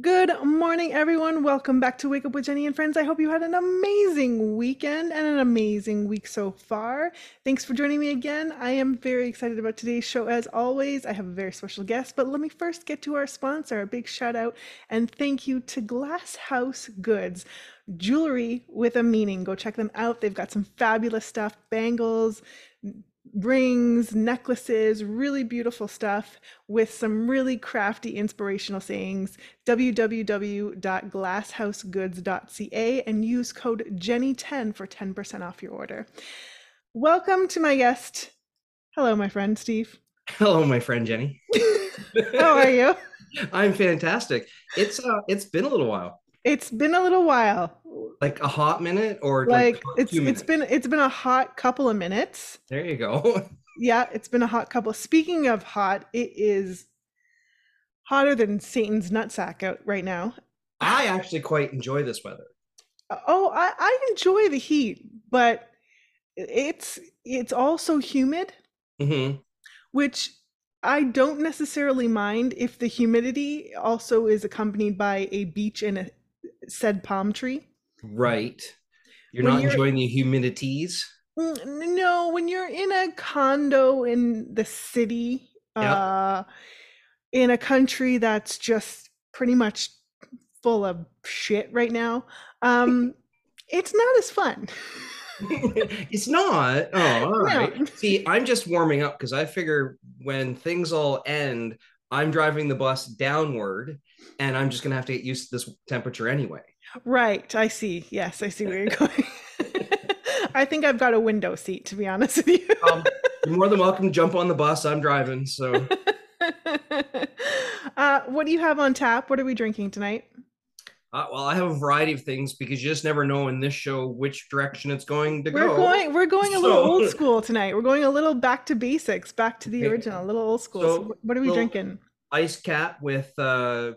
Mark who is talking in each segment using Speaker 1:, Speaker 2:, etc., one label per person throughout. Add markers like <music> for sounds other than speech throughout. Speaker 1: Good morning, everyone. Welcome back to Wake Up with Jenny and Friends. I hope you had an amazing weekend and an amazing week so far. Thanks for joining me again. I am very excited about today's show as always. I have a very special guest, but let me first get to our sponsor. A big shout out and thank you to Glass House Goods. Jewelry with a meaning. Go check them out. They've got some fabulous stuff, bangles, rings, necklaces, really beautiful stuff with some really crafty inspirational sayings. www.glasshousegoods.ca and use code Jenny10 for 10% off your order. Welcome to my guest. Hello, my friend Steve.
Speaker 2: Hello, my
Speaker 1: <laughs>
Speaker 2: friend Jenny.
Speaker 1: How are you?
Speaker 2: <laughs> I'm fantastic. It's uh, it's been a little while,
Speaker 1: It's been a little while.
Speaker 2: like a hot minute or
Speaker 1: Like
Speaker 2: a
Speaker 1: it's
Speaker 2: few
Speaker 1: it's been
Speaker 2: minutes.
Speaker 1: it's been a hot couple of minutes.
Speaker 2: There you go. <laughs>
Speaker 1: Yeah, it's been a hot couple. Speaking of hot, it is hotter than Satan's nutsack out right now.
Speaker 2: I actually quite enjoy this weather.
Speaker 1: Oh, I, I enjoy the heat, but it's it's also humid, Mm-hmm.
Speaker 2: Mhm.
Speaker 1: which I don't necessarily mind if the humidity also is accompanied by a beach and a said palm tree.
Speaker 2: Right. You're
Speaker 1: When
Speaker 2: not
Speaker 1: you're-
Speaker 2: enjoying the humidities. <laughs>
Speaker 1: Mm, n- No, when you're in a condo in the city,
Speaker 2: Yep.
Speaker 1: uh, in a country that's just pretty much full of shit right now, um, it's not as fun.
Speaker 2: it's not. Oh, all right.
Speaker 1: No.
Speaker 2: See, I'm just warming up because I figure when things all end, I'm driving the bus downward and I'm just going to have to get used to this temperature anyway.
Speaker 1: Right, I see. Yes, I see where you're going. <laughs> I think I've got a window seat, to be honest with you.
Speaker 2: Um, you're more than welcome to jump on the bus. I'm driving. So.
Speaker 1: <laughs> uh, what do you have on tap? What are we drinking tonight?
Speaker 2: Uh, well, I have a variety of things because you just never know in this show which direction it's going to
Speaker 1: We're
Speaker 2: go.
Speaker 1: going. We're going a little old
Speaker 2: <laughs> So-
Speaker 1: school tonight. We're going a little back to basics, back to the
Speaker 2: Okay.
Speaker 1: original, a little old school. So,
Speaker 2: So,
Speaker 1: wh- what are we
Speaker 2: little-
Speaker 1: drinking?
Speaker 2: Ice cap with uh,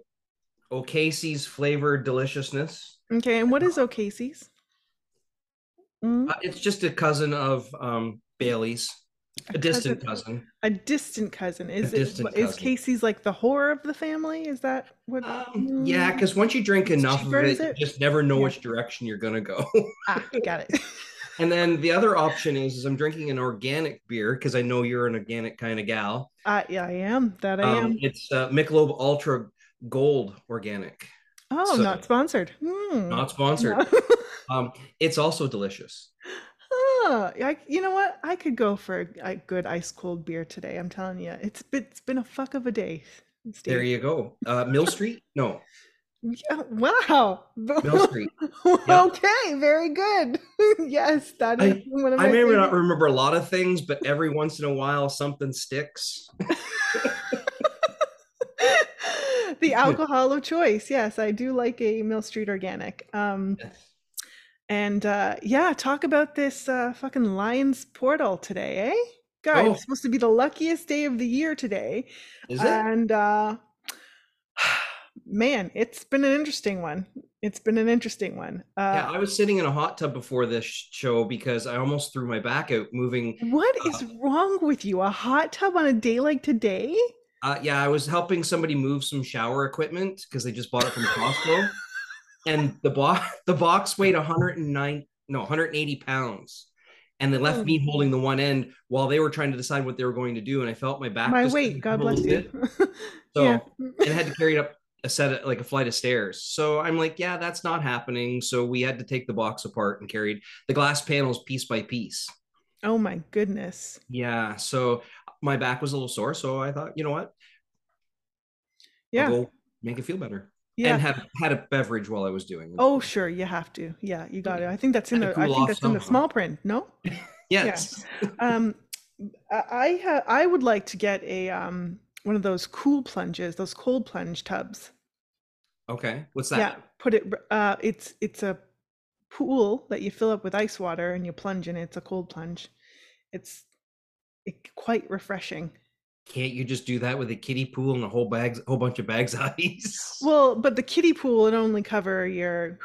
Speaker 2: O'Casey's flavored deliciousness.
Speaker 1: Okay, and what is O'Casey's? Mm,
Speaker 2: Uh, it's just a cousin of um, Bailey's, a distant cousin.
Speaker 1: a distant cousin. Is it,
Speaker 2: distant
Speaker 1: is
Speaker 2: cousin.
Speaker 1: Casey's like the horror of the family? Is that what?
Speaker 2: Um, yeah,
Speaker 1: Mm.
Speaker 2: because once you drink
Speaker 1: It's
Speaker 2: enough of
Speaker 1: cheaper, is
Speaker 2: it,
Speaker 1: it?
Speaker 2: you just never know
Speaker 1: Yeah.
Speaker 2: which direction you're going to go. <laughs>
Speaker 1: Ah, got it.
Speaker 2: and then the other option is, is I'm drinking an organic beer because I know you're an organic kind of gal.
Speaker 1: Uh, yeah, I am. That I
Speaker 2: Um,
Speaker 1: am.
Speaker 2: it's uh, Michelob Ultra Gold Organic,
Speaker 1: Oh,
Speaker 2: so-
Speaker 1: not sponsored. Hmm.
Speaker 2: not sponsored. Um, it's also delicious.
Speaker 1: Huh. Oh, I, you know what? I could go for a, a good ice cold beer today. I'm telling you, it's been, it's been a fuck of a day, Steve.
Speaker 2: There you go. Uh, Mill Street? No,
Speaker 1: <laughs> Yeah, wow. <laughs>
Speaker 2: Mill Street.
Speaker 1: okay, very good. <laughs> yes, that is
Speaker 2: I-
Speaker 1: one of
Speaker 2: I
Speaker 1: my
Speaker 2: may not
Speaker 1: favorite-
Speaker 2: remember a lot of things, but every once in a while something sticks.
Speaker 1: <laughs> the alcohol of choice. Yes, I do like a Mill Street organic. Um, and uh, yeah, talk about this uh, fucking Lions portal today, eh? God,
Speaker 2: Oh.
Speaker 1: it's supposed to be the luckiest day of the year today.
Speaker 2: Is it?
Speaker 1: and uh <sighs> man it's been an interesting one it's been an interesting one
Speaker 2: Yeah,
Speaker 1: uh
Speaker 2: I was sitting in a hot tub before this show because I almost threw my back out moving.
Speaker 1: what is wrong with you a hot tub on a day like today
Speaker 2: Uh, yeah, I was helping somebody move some shower equipment because they just bought it from Costco, and the box <laughs> the box weighed 109 no 180 pounds, and they
Speaker 1: Oh.
Speaker 2: left me holding the one end while they were trying to decide what they were going to do, and I felt my back.
Speaker 1: my
Speaker 2: just
Speaker 1: weight god
Speaker 2: a
Speaker 1: bless
Speaker 2: little
Speaker 1: you
Speaker 2: bit. So
Speaker 1: yeah
Speaker 2: and had to carry it up a set of like a flight of stairs. So I'm like, yeah, that's not happening. So we had to take the box apart and carried the glass panels piece by piece.
Speaker 1: <laughs> oh my goodness
Speaker 2: Yeah. So my back was a little sore. So I thought, you know what? I'll
Speaker 1: yeah
Speaker 2: go make it feel better.
Speaker 1: yeah
Speaker 2: And had had a beverage while I was doing it.
Speaker 1: oh sure you have to yeah you got it i think that's in
Speaker 2: Had
Speaker 1: the
Speaker 2: to
Speaker 1: i
Speaker 2: cool
Speaker 1: think
Speaker 2: off
Speaker 1: that's in the
Speaker 2: somehow.
Speaker 1: small print
Speaker 2: <laughs>
Speaker 1: no
Speaker 2: yes.
Speaker 1: um i I ha- i would like to get a um one of those cool plunges those cold plunge tubs
Speaker 2: Okay. What's
Speaker 1: Yeah,
Speaker 2: that?
Speaker 1: put it. r- Uh, it's it's a pool that you fill up with ice water and you plunge in. it. It's a cold plunge. It's it, quite refreshing.
Speaker 2: Can't you just do that with a kiddie pool and a whole bags, whole bunch of bags of ice?
Speaker 1: Well, but the kiddie pool would only cover your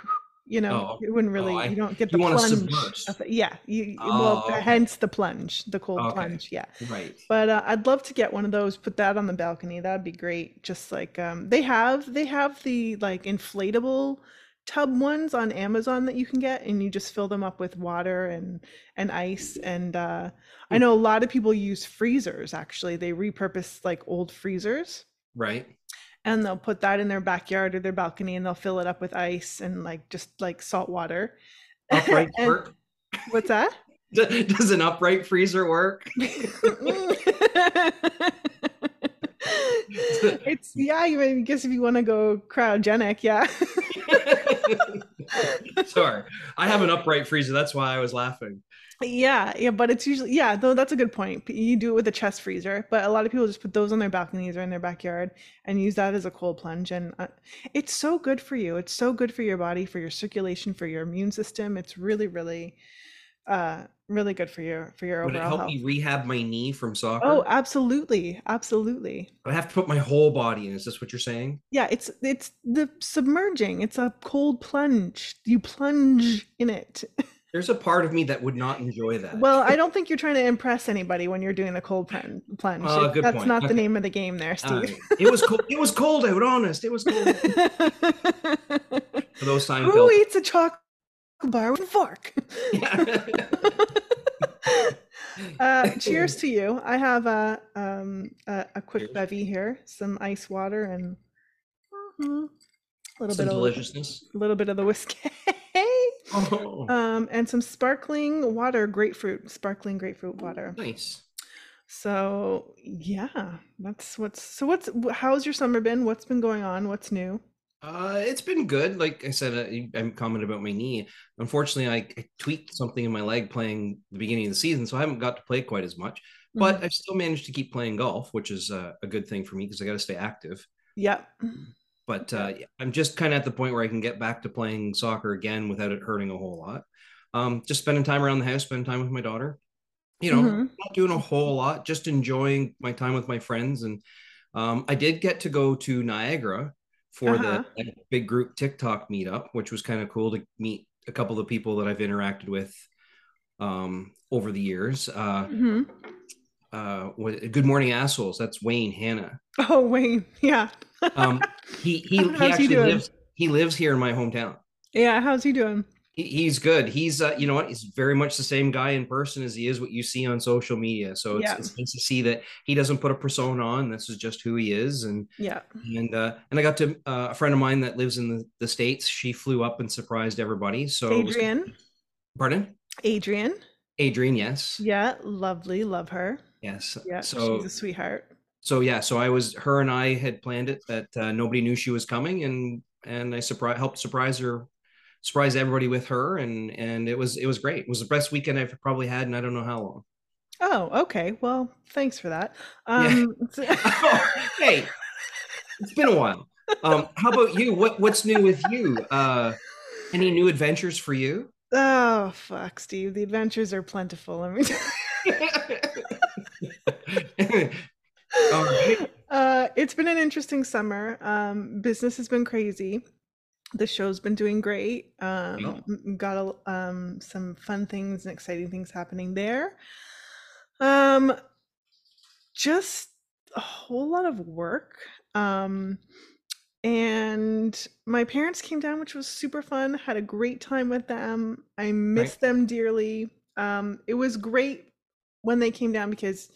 Speaker 1: You know,
Speaker 2: Oh,
Speaker 1: it wouldn't really.
Speaker 2: I-
Speaker 1: you don't get the
Speaker 2: you wanna
Speaker 1: plunge.
Speaker 2: submerge.
Speaker 1: of it. Yeah, you well,
Speaker 2: Oh, okay.
Speaker 1: hence the plunge, the cold
Speaker 2: Okay.
Speaker 1: plunge. Yeah,
Speaker 2: Right.
Speaker 1: but uh, I'd love to get one of those. Put that on the balcony. That'd be great. Just like um, they have, they have the like inflatable tub ones on Amazon that you can get, and you just fill them up with water and and ice. And uh, I
Speaker 2: Hmm.
Speaker 1: know a lot of people use freezers. Actually, they repurpose like old freezers,
Speaker 2: Right.
Speaker 1: <laughs> and they'll put that in their backyard or their balcony, and they'll fill it up with ice and like just like salt water.
Speaker 2: Upright
Speaker 1: <laughs> And-
Speaker 2: work. <laughs>
Speaker 1: What's that?
Speaker 2: D- Does an upright freezer work? <laughs>
Speaker 1: it's yeah, you I guess if you want to go cryogenic, yeah. <laughs>
Speaker 2: <laughs> Sorry. I have an upright freezer. That's why I was laughing.
Speaker 1: yeah, yeah, but it's usually yeah, though that's a good point. P- You do it with a chest freezer, but a lot of people just put those on their balconies or in their backyard and use that as a cold plunge and uh, it's so good for you. It's so good for your body, for your circulation, for your immune system. It's really really uh really good for your for your
Speaker 2: Would it
Speaker 1: overall
Speaker 2: help
Speaker 1: health.
Speaker 2: me rehab my knee from soccer?
Speaker 1: Oh, absolutely. Absolutely.
Speaker 2: I have to put my whole body in. Is this what you're saying?
Speaker 1: Yeah, it's it's the submerging. It's a cold plunge. You plunge in it.
Speaker 2: There's a part of me that would not enjoy that.
Speaker 1: Well, I don't think you're trying to impress anybody when you're doing the cold plunge. plunge.
Speaker 2: Oh,
Speaker 1: It-
Speaker 2: good
Speaker 1: That's
Speaker 2: point.
Speaker 1: not the
Speaker 2: Okay.
Speaker 1: name of the game there,
Speaker 2: All
Speaker 1: Steve.
Speaker 2: right. Um, it was cold. It was cold out. Honest, it was cold.
Speaker 1: <laughs>
Speaker 2: For those
Speaker 1: Who
Speaker 2: <laughs> Seinfeld.
Speaker 1: eats a chocolate bar with a fork? <laughs> uh, cheers to you. I have a um a, a quick
Speaker 2: Cheers.
Speaker 1: bevy here, some ice water and Mhm. a little
Speaker 2: Some
Speaker 1: bit of
Speaker 2: deliciousness.
Speaker 1: a little bit of the whiskey. <laughs>
Speaker 2: Oh,
Speaker 1: Um, and some sparkling water, grapefruit, sparkling grapefruit water.
Speaker 2: nice.
Speaker 1: So yeah, that's what's. So what's? wh- How's your summer been? What's been going on? What's new?
Speaker 2: Uh, it's been good. Like I said, I, I'm commented about my knee. Unfortunately, I, I tweaked something in my leg playing the beginning of the season, so I haven't got to play quite as much. But I've still managed to keep playing golf, which is uh, a good thing for me because I got to stay active.
Speaker 1: Yep.
Speaker 2: But uh, yeah, I'm just kind of at the point where I can get back to playing soccer again without it hurting a whole lot. Um, just spending time around the house, spending time with my daughter. You know,
Speaker 1: Mhm.
Speaker 2: not doing a whole lot, just enjoying my time with my friends. And um, I did get to go to Niagara for
Speaker 1: Uh-huh.
Speaker 2: the like, big group TikTok meetup, which was kind of cool to meet a couple of people that I've interacted with um, over the years. Uh,
Speaker 1: Mhm.
Speaker 2: uh, what- Good Morning Assholes, that's Wayne
Speaker 1: <laughs>
Speaker 2: Hanna.
Speaker 1: Oh wait, yeah,
Speaker 2: Um, he he,
Speaker 1: How's
Speaker 2: he
Speaker 1: he
Speaker 2: actually
Speaker 1: doing?
Speaker 2: lives he lives here in my hometown.
Speaker 1: yeah. How's he doing?
Speaker 2: He, he's good. He's uh, you know what? He's very much the same guy in person as he is what you see on social media. So it's,
Speaker 1: Yeah.
Speaker 2: it's nice to see that he doesn't put a persona on. This is just who he is. And
Speaker 1: Yeah.
Speaker 2: and uh, and I got to uh, a friend of mine that lives in the, the states. She flew up and surprised everybody. So it was-
Speaker 1: Adrian.
Speaker 2: pardon,
Speaker 1: Adrian.
Speaker 2: Adrian. Yes,
Speaker 1: Yeah, lovely. Love her.
Speaker 2: yes.
Speaker 1: Yeah,
Speaker 2: so
Speaker 1: she's a sweetheart.
Speaker 2: so yeah. So I was her and I had planned it that uh, nobody knew she was coming, and and I surprised helped surprise her, surprise everybody with her, and and it was it was great. It was the best weekend I've probably had, and I don't know how long. <laughs>
Speaker 1: Oh, okay. Well, thanks for that.
Speaker 2: Yeah.
Speaker 1: Um, <laughs>
Speaker 2: hey, it's been a while. Um, how about you? What what's new with you? Uh, any new adventures for you? <laughs>
Speaker 1: Oh fuck, Steve. The adventures are plentiful. Let me.
Speaker 2: All right.
Speaker 1: Uh, it's been an interesting summer. Um, business has been crazy. The show's been doing great. Um, m- got a, l- um, some fun things and exciting things happening there. Um, just a whole lot of work. Um, and my parents came down, which was super fun. Had a great time with them. I miss them dearly. Um, it was great when they came down because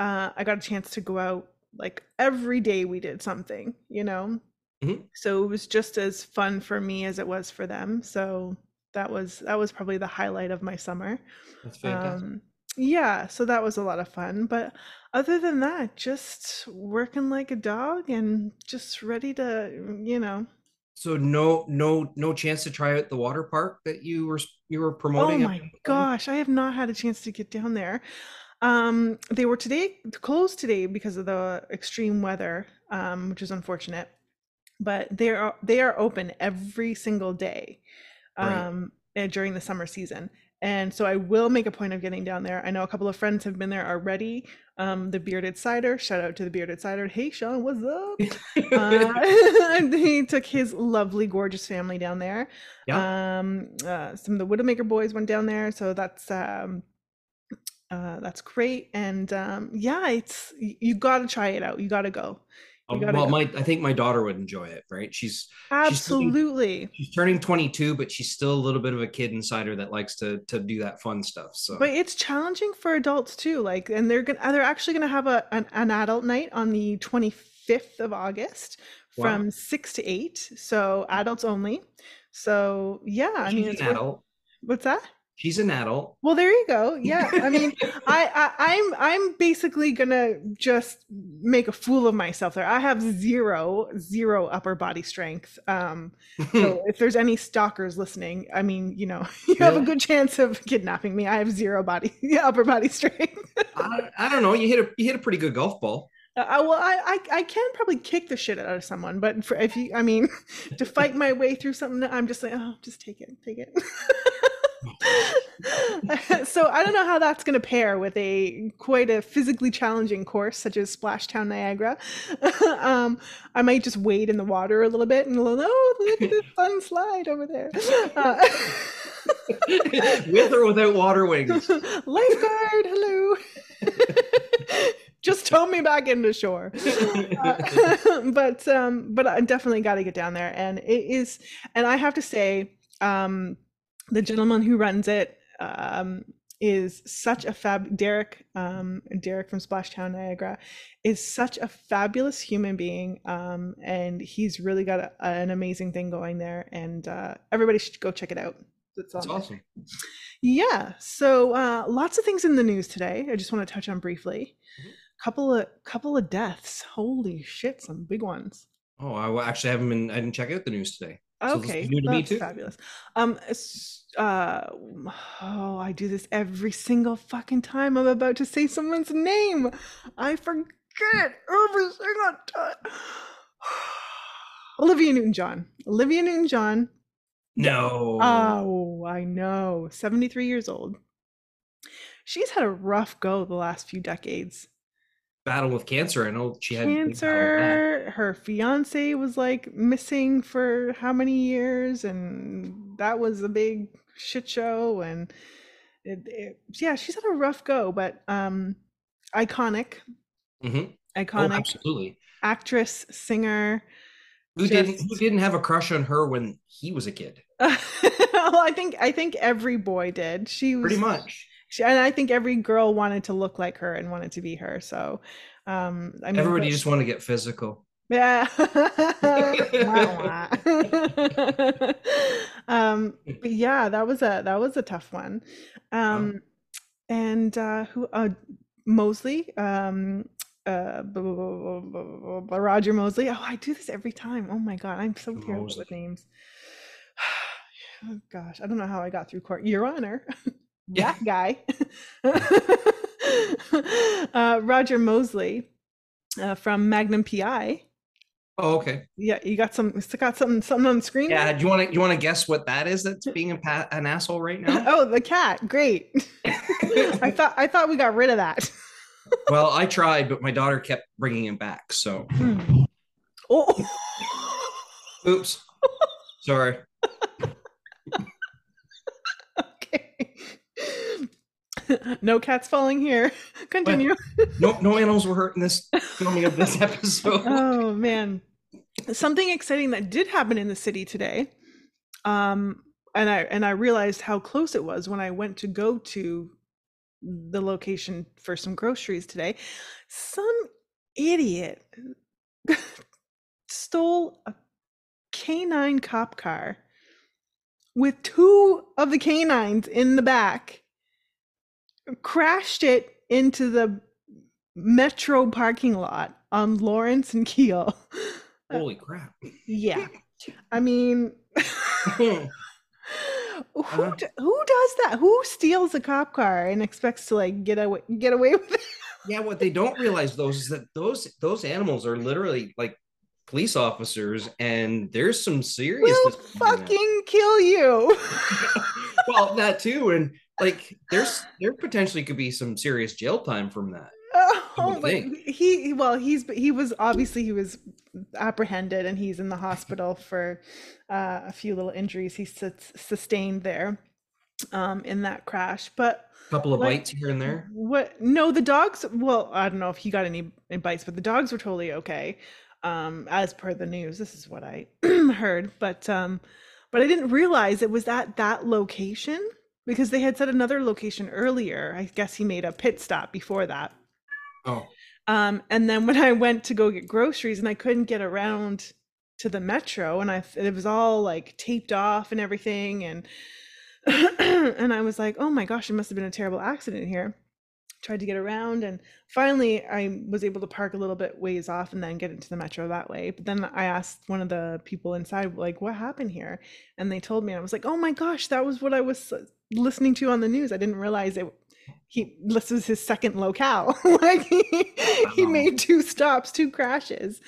Speaker 1: uh, I got a chance to go out like every day we did something, you know?
Speaker 2: Mhm.
Speaker 1: So it was just as fun for me as it was for them. So that was that was probably the highlight of my summer.
Speaker 2: That's fantastic.
Speaker 1: Um, yeah, so that was a lot of fun. But other than that, just working like a dog and just ready to, you know.
Speaker 2: so no no no chance to try out the water park that you were you were
Speaker 1: Oh
Speaker 2: promoting.
Speaker 1: my gosh, I have not had a chance to get down there. Um, they were today closed today because of the extreme weather, um, which is unfortunate. But they are they are open every single day
Speaker 2: Right.
Speaker 1: um, eh, during the summer season, And so I will make a point of getting down there. I know a couple of friends have been there already. Um, the Bearded Cider, shout out to the Bearded Cider. Hey, Sean, what's up? uh, <laughs>
Speaker 2: <laughs>
Speaker 1: he took his lovely, gorgeous family down there. Yeah. Um, uh, some of the Widowmaker boys went down there. So that's. Um, uh, that's great, and um, yeah, it's you, you got to try it out. You got to go.
Speaker 2: Uh,
Speaker 1: You gotta
Speaker 2: well,
Speaker 1: go.
Speaker 2: my I think my daughter would enjoy it, right? She's
Speaker 1: Absolutely.
Speaker 2: she's turning 22, but she's still a little bit of a kid insider that likes to to do that fun stuff. So
Speaker 1: But it's challenging for adults too. Like, and they're gonna they're actually gonna have a an, an adult night on the 25th of August
Speaker 2: Wow. Hmm.
Speaker 1: from six to eight. So adults only. So yeah, I
Speaker 2: she's
Speaker 1: mean,
Speaker 2: an
Speaker 1: it's worth-
Speaker 2: adult.
Speaker 1: what's that?
Speaker 2: She's an adult.
Speaker 1: Well, there you go. Yeah, I mean, I, I I'm I'm basically gonna just make a fool of myself there. I have zero zero upper body strength. Um, <laughs> so if there's any stalkers listening, I mean, you know, <laughs> you have
Speaker 2: <laughs>
Speaker 1: a
Speaker 2: Yeah.
Speaker 1: good chance of kidnapping me. I have zero body <laughs> upper body strength.
Speaker 2: I, I don't know. You hit a you hit a pretty good golf ball. <laughs>
Speaker 1: Uh, I, well, I, I I can probably kick the shit out of someone, but for, if you, I mean, <laughs> to fight my way through something, I'm just like, oh, just take it, <laughs> take it. so I don't know how that's going to pair with a quite a physically challenging course such as Splashtown Niagara. <laughs> um, I might just wade in the water a little bit and no, look at this fun slide over there. Uh, <laughs>
Speaker 2: With or without water
Speaker 1: <laughs>
Speaker 2: wings.
Speaker 1: lifeguard, hello. <laughs> just tow me back into shore. Uh, <laughs> but um but i definitely got to get down there and it is and i have to say um the gentleman who runs it um is such a fab derek um derek from splashtown niagara is such a fabulous human being um and he's really got a, an amazing thing going there and uh everybody should go check it out It's
Speaker 2: That's
Speaker 1: on there.
Speaker 2: awesome.
Speaker 1: Yeah. So uh, lots of things in the news today. I just want to touch on briefly.
Speaker 2: Mm-hmm.
Speaker 1: Couple of couple of deaths. Holy shit! Some big ones.
Speaker 2: Oh, I well, actually haven't been. I didn't check out the news today. So this is
Speaker 1: Okay,
Speaker 2: new to me
Speaker 1: that's
Speaker 2: too?
Speaker 1: fabulous. Um, s- uh, oh, I do this every single fucking time I'm about to say someone's name. I forget every single time. <sighs> Olivia Newton-John. Olivia Newton-John.
Speaker 2: No.
Speaker 1: Oh, I know. 73 years old. She's had a rough go the last few decades.
Speaker 2: Battle with cancer. I know she had big battle with that.
Speaker 1: Cancer, her fiance was like missing for how many years, and that was a big shit show. And it, it, yeah, she's had a rough go, but um, iconic,
Speaker 2: Mhm. Oh,
Speaker 1: iconic
Speaker 2: absolutely.
Speaker 1: actress, singer. <laughs>
Speaker 2: Who didn't who
Speaker 1: Just-
Speaker 2: didn't have a crush on her when he was a kid?
Speaker 1: well, I think I think every boy did. She was
Speaker 2: Pretty much.
Speaker 1: She, and I think every girl wanted to look like her and wanted to be her. So, um, I mean,
Speaker 2: Everybody
Speaker 1: but-
Speaker 2: just wanted to get physical.
Speaker 1: yeah. <laughs> Wah, wah. um, but yeah, that was a that was a tough one. Um, and uh, who? Uh, Mosley. Um, uh, blah, blah, blah, blah, blah, blah, blah, Roger Mosley. Oh, I do this every time. Oh my god, I'm so terrible
Speaker 2: Mosley.
Speaker 1: with names. <sighs> Oh, gosh, I don't know how I got through court. Your Honor, <laughs>
Speaker 2: Yeah.
Speaker 1: that guy, <laughs> uh, Roger Mosley uh, from Magnum PI.
Speaker 2: Oh, okay.
Speaker 1: Yeah, you got some it's got something something on the screen.
Speaker 2: Yeah.
Speaker 1: there?
Speaker 2: Do you want to you want to guess what that is? That's being a pa- an asshole right now.
Speaker 1: <laughs> Oh, the cat. Great. I thought I thought we got rid of that.
Speaker 2: well, I tried, but my daughter kept bringing him back. So,
Speaker 1: Hmm. Oh. <laughs>
Speaker 2: oops. Sorry.
Speaker 1: okay. <laughs> No cats falling here. Continue.
Speaker 2: No, no animals were hurt in this filming of this episode.
Speaker 1: <laughs> Oh man. Something exciting that did happen in the city today. Um and I and I realized how close it was when I went to go to the location for some groceries today. Some idiot <laughs> stole a canine cop car with two of the canines in the back. Crashed it into the metro parking lot on Lawrence and Keel.
Speaker 2: Holy crap! <laughs>
Speaker 1: Yeah. <laughs> I mean, who
Speaker 2: Uh-huh.
Speaker 1: d- who does that? Who steals a cop car and expects to like get away get away with it?
Speaker 2: yeah, what they don't realize though is that those those animals are literally like police officers, and there's some seriousness.
Speaker 1: We'll
Speaker 2: behind that.
Speaker 1: fucking kill you.
Speaker 2: well, that too, and Like there's there potentially could be some serious jail time from that.
Speaker 1: <laughs> Oh,
Speaker 2: would
Speaker 1: but
Speaker 2: think.
Speaker 1: he he- well, he's he was obviously he was apprehended and he's in the hospital for uh, a few little injuries he sus- sustained there um, in that crash. But
Speaker 2: couple of
Speaker 1: Like-
Speaker 2: bites here and there.
Speaker 1: what? No, the dogs. Well, I don't know if he got any any bites, but the dogs were totally okay, um, as per the news. This is what I <clears throat> heard, but um, but I didn't realize it was at that location because they had said another location earlier. I guess he made a pit stop before that.
Speaker 2: Oh,
Speaker 1: Um, and then when <laughs> I went to go get groceries and I couldn't get around to the metro and I it was all like taped off and everything and <clears throat> and I was like, "Oh my gosh, it must have been a terrible accident here." Tried to get around and finally I was able to park a little bit ways off and then get into the metro that way. But then I asked one of the people inside like, "What happened here?" And they told me and I was like, "Oh my gosh, that was what I was uh, listening to on the news. I didn't realize it he this was his second locale <laughs> like he, he
Speaker 2: Wow.
Speaker 1: made two stops two crashes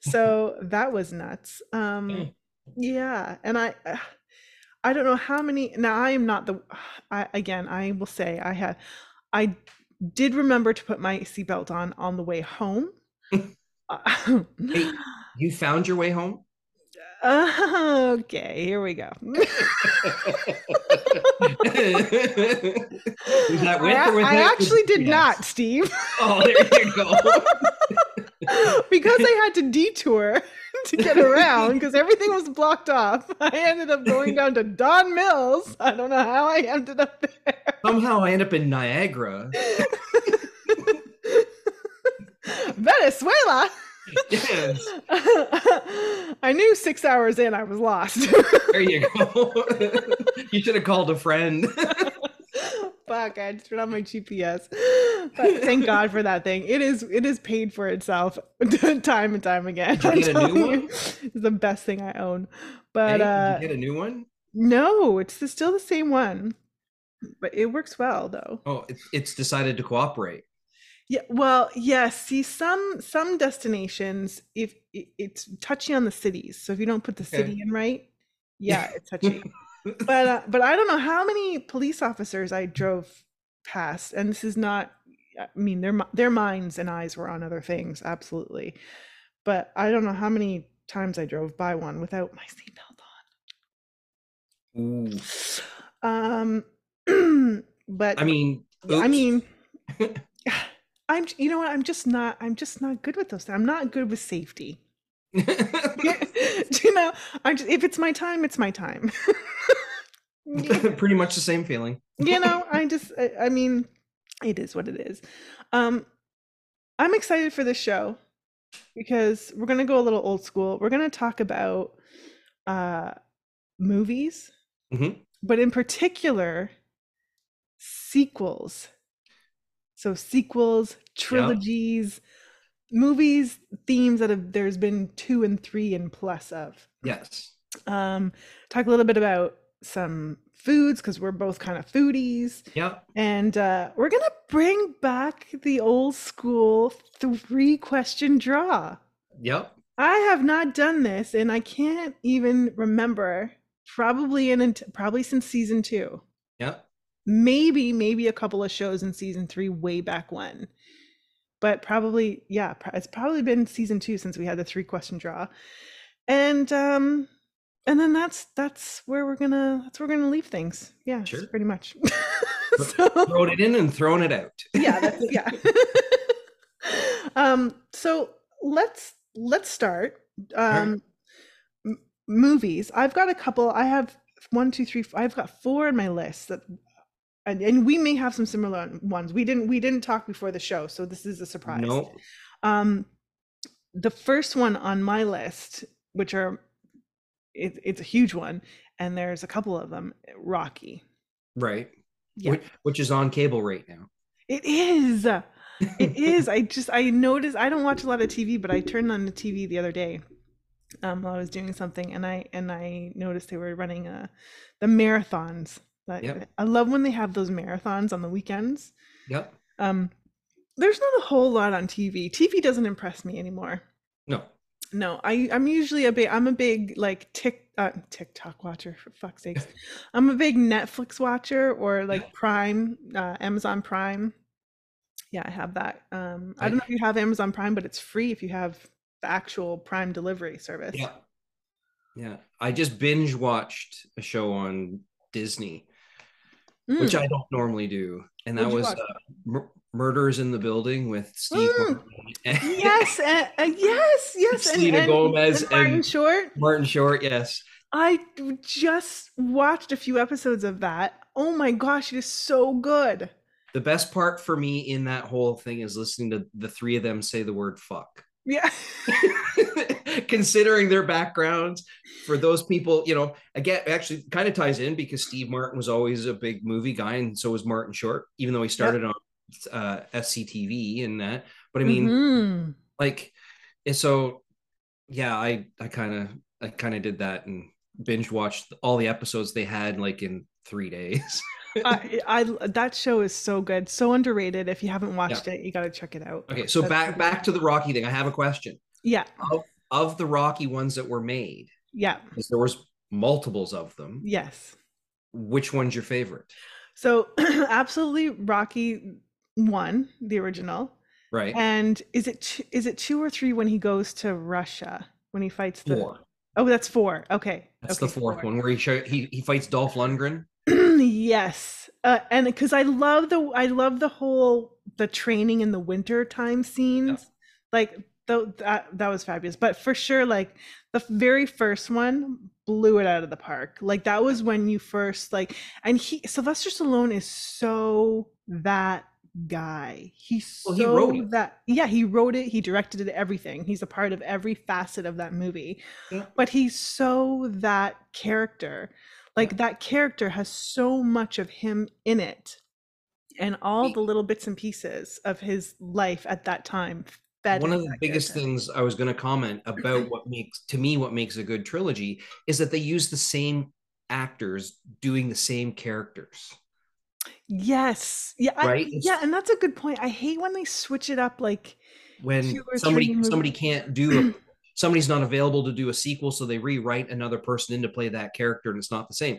Speaker 1: so that was nuts um
Speaker 2: Mm.
Speaker 1: yeah and i uh, i don't know how many now i am not the i again i will say i had i did remember to put my seatbelt on on the way home
Speaker 2: <laughs>
Speaker 1: Uh,
Speaker 2: you found your
Speaker 1: <laughs>
Speaker 2: way home? <laughs>
Speaker 1: Uh, okay here we go
Speaker 2: oh, that with
Speaker 1: I,
Speaker 2: or without
Speaker 1: I
Speaker 2: the
Speaker 1: actually did
Speaker 2: GPS?
Speaker 1: not steve <laughs>
Speaker 2: Oh, there you go.
Speaker 1: because I had to detour <laughs> to get around because everything was blocked off. <laughs> I ended up going down to Don Mills. I don't know how I ended up there.
Speaker 2: Somehow I end up in Niagara.
Speaker 1: Venezuela. <laughs>
Speaker 2: Yes,
Speaker 1: I knew six hours in I was lost.
Speaker 2: there you go. <laughs> you should have called a friend.
Speaker 1: Fuck, I had to turn on my GPS. But thank God for that thing. It is it is paid for itself <laughs> time and time again.
Speaker 2: Did you
Speaker 1: I'm
Speaker 2: get a new
Speaker 1: telling
Speaker 2: one?
Speaker 1: you, <laughs> It's the best thing I own.
Speaker 2: Hey,
Speaker 1: But
Speaker 2: did
Speaker 1: uh
Speaker 2: you get a new one?
Speaker 1: No, it's the- still the same one, but it works well though.
Speaker 2: Oh, it's, it's decided to cooperate.
Speaker 1: Yeah, well, yeah. See, some some destinations, if i- it's touchy on the cities, so if you don't put the
Speaker 2: Okay.
Speaker 1: city in right, yeah, it's touchy. but uh, but I don't know how many police officers I drove past, and this is not. I mean, their mi- their minds and eyes were on other things, absolutely. But I don't know how many times I drove by one without my seatbelt on.
Speaker 2: Ooh.
Speaker 1: Um, <clears throat> but
Speaker 2: I mean,
Speaker 1: Yeah, I
Speaker 2: oops.
Speaker 1: mean, I'm. You know what? I'm just not. I'm just not good with those. things. I'm not good with safety. <laughs> you know, I'm just, if it's my time, it's my time. you
Speaker 2: <laughs> pretty much the same feeling.
Speaker 1: know, I just. I, I mean, it is what it is. Um, I'm excited for this show because we're gonna go a little old school. We're gonna talk about uh movies,
Speaker 2: Mhm.
Speaker 1: but in particular sequels. So sequels, trilogies, movies, themes that have there's been two and three and plus of.
Speaker 2: Yes.
Speaker 1: Um, talk a little bit about some foods because we're both kind of foodies.
Speaker 2: Yeah.
Speaker 1: And uh, we're gonna bring back the old school three question draw.
Speaker 2: Yep.
Speaker 1: I have not done this, and I can't even remember. Probably in int- probably since season two,
Speaker 2: Yep.
Speaker 1: maybe maybe a couple of shows in season three, way back when. But probably yeah, pr- it's probably been season two since we had the three question draw, and um, and then that's that's where we're gonna that's where we're gonna leave things. Yeah,
Speaker 2: Sure.
Speaker 1: pretty much. <laughs> so,
Speaker 2: Thrown it in and thrown it out.
Speaker 1: yeah that's yeah <laughs> um so let's let's start
Speaker 2: right.
Speaker 1: um m- movies i've got a couple i have one two three f- i've got four in my list that and, and we may have some similar on- ones we didn't we didn't talk before the show so this is a surprise
Speaker 2: No.
Speaker 1: um the first one on my list which are it, it's a huge one and there's a couple of them rocky
Speaker 2: Right.
Speaker 1: yeah
Speaker 2: Which, which is on cable right now.
Speaker 1: It is. It
Speaker 2: <laughs>
Speaker 1: is. I just I noticed I don't watch a lot of TV, but I turned on the TV the other day um, while I was doing something, and I and I noticed they were running uh, the marathons. Like,
Speaker 2: Yep.
Speaker 1: I love when they have those marathons on the weekends.
Speaker 2: Yep.
Speaker 1: Um, there's not a whole lot on TV. TV doesn't impress me anymore.
Speaker 2: No.
Speaker 1: No, I I'm usually a big I'm a big like tick uh, TikTok watcher for fuck's
Speaker 2: <laughs>
Speaker 1: sakes. I'm a big Netflix watcher or like Prime, uh, Amazon Prime. Yeah, I have that. Um, I don't know if you have Amazon Prime, but it's free if you have the actual Prime delivery service.
Speaker 2: Yeah. Yeah. I just binge watched a show on Disney,
Speaker 1: Mm,
Speaker 2: which I <laughs> don't normally do. And that
Speaker 1: What'd you
Speaker 2: was uh,
Speaker 1: watch?
Speaker 2: Mur- Murders in the Building with Steve
Speaker 1: Mm.
Speaker 2: Harvey <laughs> and
Speaker 1: yes, uh, uh, yes, yes.
Speaker 2: Selena Gomez
Speaker 1: Martin
Speaker 2: and-
Speaker 1: Short.
Speaker 2: Martin Short. Yes.
Speaker 1: I just watched a few episodes of that. Oh my gosh, it is so good.
Speaker 2: The best part for me in that whole thing is listening to the three of them say the word fuck.
Speaker 1: Yeah.
Speaker 2: <laughs> Considering their backgrounds, for those people, you know, again, actually kind of ties in because Steve Martin was always a big movie guy, and so was Martin Short, even though he started on uh, SCTV and that. But I mean,
Speaker 1: Mhm.
Speaker 2: like and so yeah i i kind of i kind of did that and binge watched all the episodes they had like in three days <laughs>
Speaker 1: I, I that show is so good, so underrated. If you haven't watched it, you got to check it out.
Speaker 2: okay so
Speaker 1: That's
Speaker 2: back
Speaker 1: good.
Speaker 2: back to the rocky thing i have a question
Speaker 1: Yeah,
Speaker 2: of the rocky ones that were made
Speaker 1: yeah,
Speaker 2: 'cause there was multiples of them
Speaker 1: yes.
Speaker 2: which one's your favorite
Speaker 1: So <clears throat> absolutely, Rocky one, the original,
Speaker 2: right
Speaker 1: and is it two, is it two or three when he goes to Russia when he fights the?
Speaker 2: four
Speaker 1: Oh, that's four. Okay,
Speaker 2: that's
Speaker 1: okay,
Speaker 2: the fourth one where he show, he he fights dolph lundgren
Speaker 1: yes, uh, and because I love the I love the whole the training in the winter time scenes, like though that that was fabulous. But for sure, like the f- very first one blew it out of the park. Like that was when you first like, and he Sylvester Stallone is so that guy. He's
Speaker 2: Well,
Speaker 1: so
Speaker 2: he wrote it.
Speaker 1: that yeah, he wrote it. He directed it. Everything. He's a part of every facet of that movie.
Speaker 2: Yeah.
Speaker 1: But he's so that character like that character has so much of him in it and all
Speaker 2: He-
Speaker 1: the little bits and pieces of his life at that time fed
Speaker 2: one
Speaker 1: him
Speaker 2: of the
Speaker 1: that
Speaker 2: biggest
Speaker 1: character.
Speaker 2: things i was going to comment
Speaker 1: <clears throat>
Speaker 2: about what makes to me what makes a good trilogy is that they use the same actors doing the same characters
Speaker 1: yes yeah I-
Speaker 2: Right? It's-
Speaker 1: yeah and that's a good point i hate when they switch it up like
Speaker 2: when
Speaker 1: Two or three
Speaker 2: somebody
Speaker 1: movies.
Speaker 2: somebody can't do a, <clears throat> somebody's not available to do a sequel so they rewrite another person in to play that character and it's not the same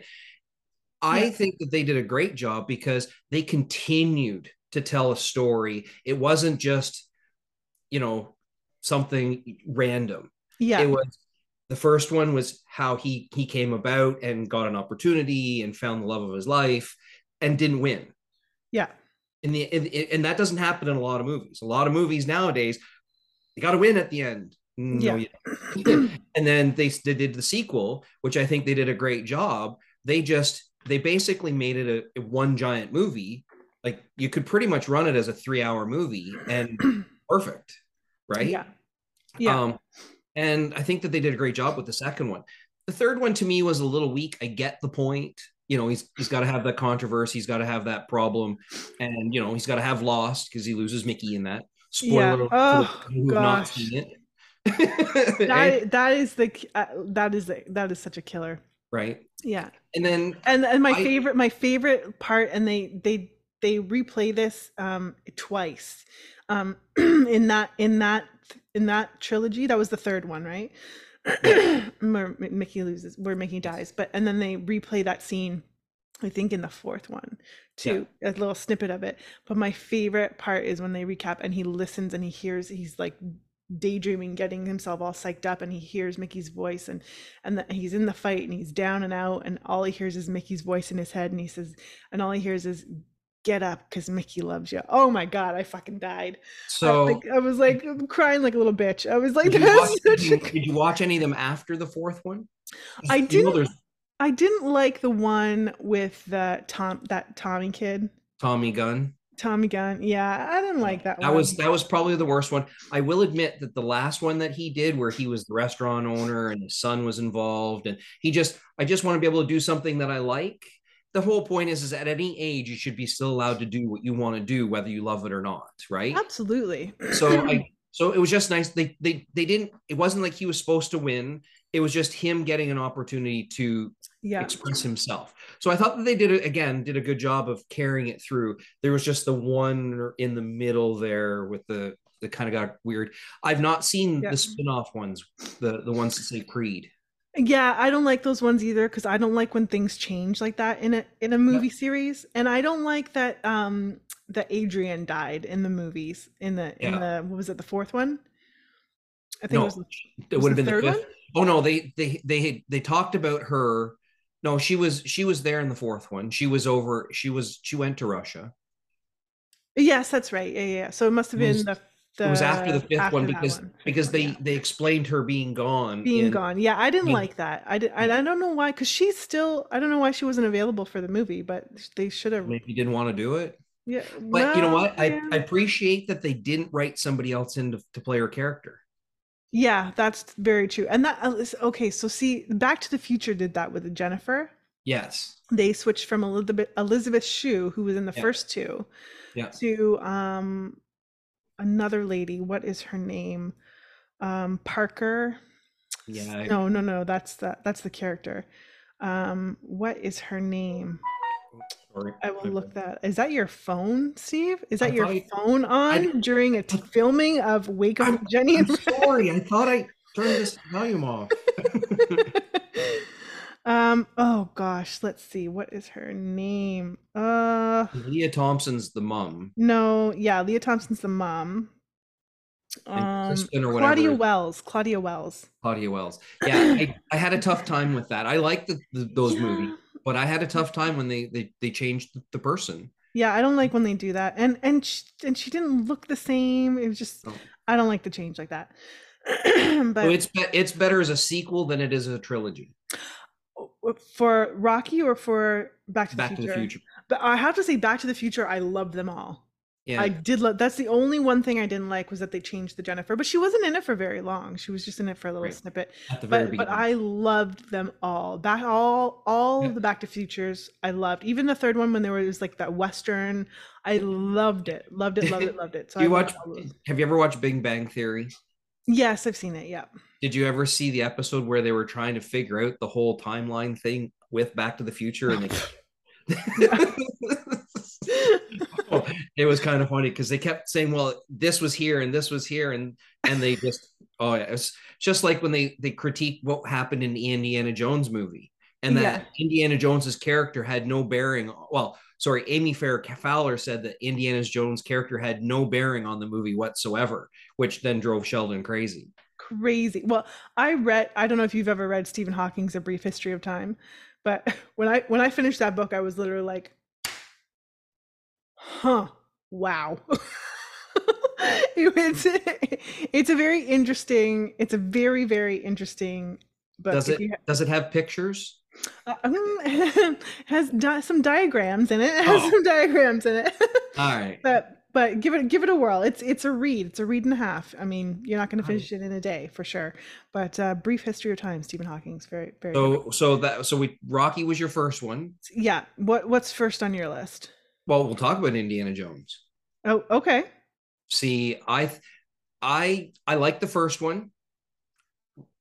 Speaker 2: i
Speaker 1: Yeah.
Speaker 2: think that they did a great job because they continued to tell a story it wasn't just you know something random
Speaker 1: yeah
Speaker 2: it was the first one was how he he came about and got an opportunity and found the love of his life and didn't win
Speaker 1: yeah
Speaker 2: and the and, and that doesn't happen in a lot of movies a lot of movies nowadays you got to win at the end Mm, No,
Speaker 1: Yeah.
Speaker 2: you don't.
Speaker 1: <clears throat>
Speaker 2: and then they, they did the sequel which i think they did a great job they just they basically made it a, a one giant movie like you could pretty much run it as a three hour movie and
Speaker 1: <clears throat>
Speaker 2: perfect right
Speaker 1: yeah yeah
Speaker 2: um, and I think that they did a great job with the second one. The third one to me was a little weak. I get the point. You know, he's he's got to have that controversy. He's got to have that problem, and you know, he's got to have lost because he loses Mickey in that.
Speaker 1: Yeah.
Speaker 2: Spoiler
Speaker 1: Oh,
Speaker 2: for the people who have not
Speaker 1: gosh.
Speaker 2: <laughs> seen it. right?
Speaker 1: that, that is the k- uh, that is the, that is such a killer
Speaker 2: Right.
Speaker 1: yeah
Speaker 2: And then
Speaker 1: and and my
Speaker 2: I-
Speaker 1: favorite my favorite part and they they they replay this um twice um <clears throat> in that in that in that trilogy that was the third one right <clears throat> where Mi- mickey loses where mickey dies but and then they replay that scene i think in the fourth one
Speaker 2: Yeah.
Speaker 1: too a little snippet of it but my favorite part is when they recap and he listens and he hears he's like daydreaming getting himself all psyched up and he hears mickey's voice and and the, he's in the fight and he's down and out and all he hears is mickey's voice in his head and he says and all he hears is get up because mickey loves you oh my god i fucking died I,
Speaker 2: so.
Speaker 1: like, I was like crying like a little bitch i was like
Speaker 2: did, you watch,
Speaker 1: that's such
Speaker 2: did,
Speaker 1: a
Speaker 2: you, did you watch any of them after the fourth one? 'Cause
Speaker 1: I
Speaker 2: you know
Speaker 1: didn't-
Speaker 2: there's
Speaker 1: i didn't like the one with the tom that tommy kid
Speaker 2: Tommy Gunn.
Speaker 1: tommy gun yeah i didn't like that,
Speaker 2: That
Speaker 1: one
Speaker 2: was that was probably the worst one. I will admit that the last one that he did, where he was the restaurant owner and his son was involved, and he just, I just want to be able to do something that I like. The whole point is, is at any age you should be still allowed to do what you want to do, whether you love it or not, right?
Speaker 1: absolutely <clears throat>
Speaker 2: So I, so it was just nice. They they they didn't. It wasn't like he was supposed to win. It was just him getting an opportunity to
Speaker 1: yeah
Speaker 2: express himself. So I thought that they did it again, did a good job of carrying it through. There was just the one in the middle there with the the kind of got weird. I've not seen
Speaker 1: Yeah.
Speaker 2: the spin-off ones, the the ones that say Creed.
Speaker 1: Yeah, I don't like those ones either because I don't like when things change like that in a in a movie series, and I don't like that um that Adrian died in the movies in the in the what was it the fourth one? I think it
Speaker 2: No,
Speaker 1: was the
Speaker 2: it
Speaker 1: was
Speaker 2: would have
Speaker 1: the
Speaker 2: been the
Speaker 1: third
Speaker 2: fifth. Oh no, they they they had they talked about her. No, she was she was there in the fourth one. She was over. She was she went to Russia.
Speaker 1: yes, that's right. Yeah, yeah. yeah. So it must have
Speaker 2: It
Speaker 1: been
Speaker 2: was-
Speaker 1: the,
Speaker 2: it was after the fifth
Speaker 1: after
Speaker 2: one
Speaker 1: that
Speaker 2: because
Speaker 1: one.
Speaker 2: because they
Speaker 1: Yeah.
Speaker 2: they explained her being gone.
Speaker 1: being
Speaker 2: in-
Speaker 1: gone. Yeah, I didn't
Speaker 2: Yeah.
Speaker 1: like that. I did, I, I don't know why because she's still. I don't know why she wasn't available for the movie, but they should have.
Speaker 2: Maybe didn't want to do it.
Speaker 1: Yeah,
Speaker 2: But you know
Speaker 1: well,
Speaker 2: what? I,
Speaker 1: yeah.
Speaker 2: I appreciate that they didn't write somebody else in to, to play her character.
Speaker 1: Yeah, that's very true. And that uh, is- okay. So see, Back to the Future did that with Jennifer.
Speaker 2: Yes.
Speaker 1: They switched from Elizabeth Elizabeth Shue, who was in the
Speaker 2: Yeah.
Speaker 1: first two,
Speaker 2: Yeah.
Speaker 1: to um another lady. What is her name? Um, Parker.
Speaker 2: Yeah. I-
Speaker 1: No, no, no. That's the that's the character. Um, what is her name?
Speaker 2: sorry.
Speaker 1: I will look that. Is that your phone, Steve? Is
Speaker 2: I
Speaker 1: that your
Speaker 2: thought you-
Speaker 1: phone on during a t- filming of Wake Up
Speaker 2: I'm-
Speaker 1: with Jenny? <laughs>
Speaker 2: <laughs> I'm
Speaker 1: and
Speaker 2: sorry. I thought I turned this volume off.
Speaker 1: <laughs> um. Oh gosh. Let's see. What is her name? Uh.
Speaker 2: Leah Thompson's the mom.
Speaker 1: No. Yeah. Leah Thompson's the mom.
Speaker 2: and
Speaker 1: Um.
Speaker 2: Kristen or whatever.
Speaker 1: Claudia Wells. Claudia Wells.
Speaker 2: Claudia Wells. Yeah, I, I had a tough time with that. I like the, the, those
Speaker 1: yeah.
Speaker 2: movies, but I had a tough time when they they, they changed the person.
Speaker 1: Yeah, I don't like when they do that. And and she, and she didn't look the same. It was just
Speaker 2: No.
Speaker 1: I don't like the change like that.
Speaker 2: Oh.
Speaker 1: <clears throat>
Speaker 2: so
Speaker 1: but
Speaker 2: it's be- it's better as a sequel than it is as a trilogy.
Speaker 1: for Rocky or for Back to the
Speaker 2: Back
Speaker 1: Future?
Speaker 2: to the Future.
Speaker 1: But I have to say, Back to the Future, I loved them all.
Speaker 2: Yeah,
Speaker 1: I did love. That's the only one thing I didn't like was that they changed the Jennifer, but she wasn't in it for very long. She was just in it for a little
Speaker 2: Right.
Speaker 1: snippet.
Speaker 2: at the very
Speaker 1: But but
Speaker 2: beginning.
Speaker 1: I loved them all. Back all all
Speaker 2: Yeah.
Speaker 1: of the Back to Futures, I loved. Even the third one when there was like that Western, I loved it, loved it, loved it, loved it. So
Speaker 2: Do
Speaker 1: I
Speaker 2: you
Speaker 1: loved
Speaker 2: watch?
Speaker 1: all of them.
Speaker 2: Have you ever watched Big Bang Theory?
Speaker 1: Yes, I've seen it. Yeah. <laughs>
Speaker 2: Did you ever see the episode where they were trying to figure out the whole timeline thing with Back to the Future? And they, Oh, <laughs> it was kind of funny because they kept saying, "Well, this was here and this was here," and and they just, oh yeah, it's just like when they they critique what happened in the Indiana Jones movie, and that Indiana Jones's character had no bearing. Well, sorry, Amy Fair Fowler said that Indiana Jones' character had no bearing on the movie whatsoever, which then drove Sheldon crazy.
Speaker 1: crazy. Well, I read I don't know if you've ever read Stephen Hawking's A Brief History of Time, but <laughs> when I when I finished that book, I was literally like, huh, wow. <laughs> It- it's, <laughs> it's a very interesting, it's a very, very interesting book.
Speaker 2: Does
Speaker 1: If
Speaker 2: it
Speaker 1: you
Speaker 2: does it have pictures?
Speaker 1: ha- uh, <laughs> mm, has di- some diagrams in it. It has
Speaker 2: Oh.
Speaker 1: some diagrams in it. <laughs>
Speaker 2: All right,
Speaker 1: But but give it give it a whirl. It's it's a read. It's a read and a half. I mean, you're not going to
Speaker 2: Nice.
Speaker 1: finish it in a day for sure. But uh, brief history of time. Stephen Hawking's very very. good.
Speaker 2: so so that so we Rocky was your first one.
Speaker 1: yeah. What what's first on your list?
Speaker 2: Well, we'll talk about Indiana Jones.
Speaker 1: Oh, okay.
Speaker 2: See, I th- I I like the first one.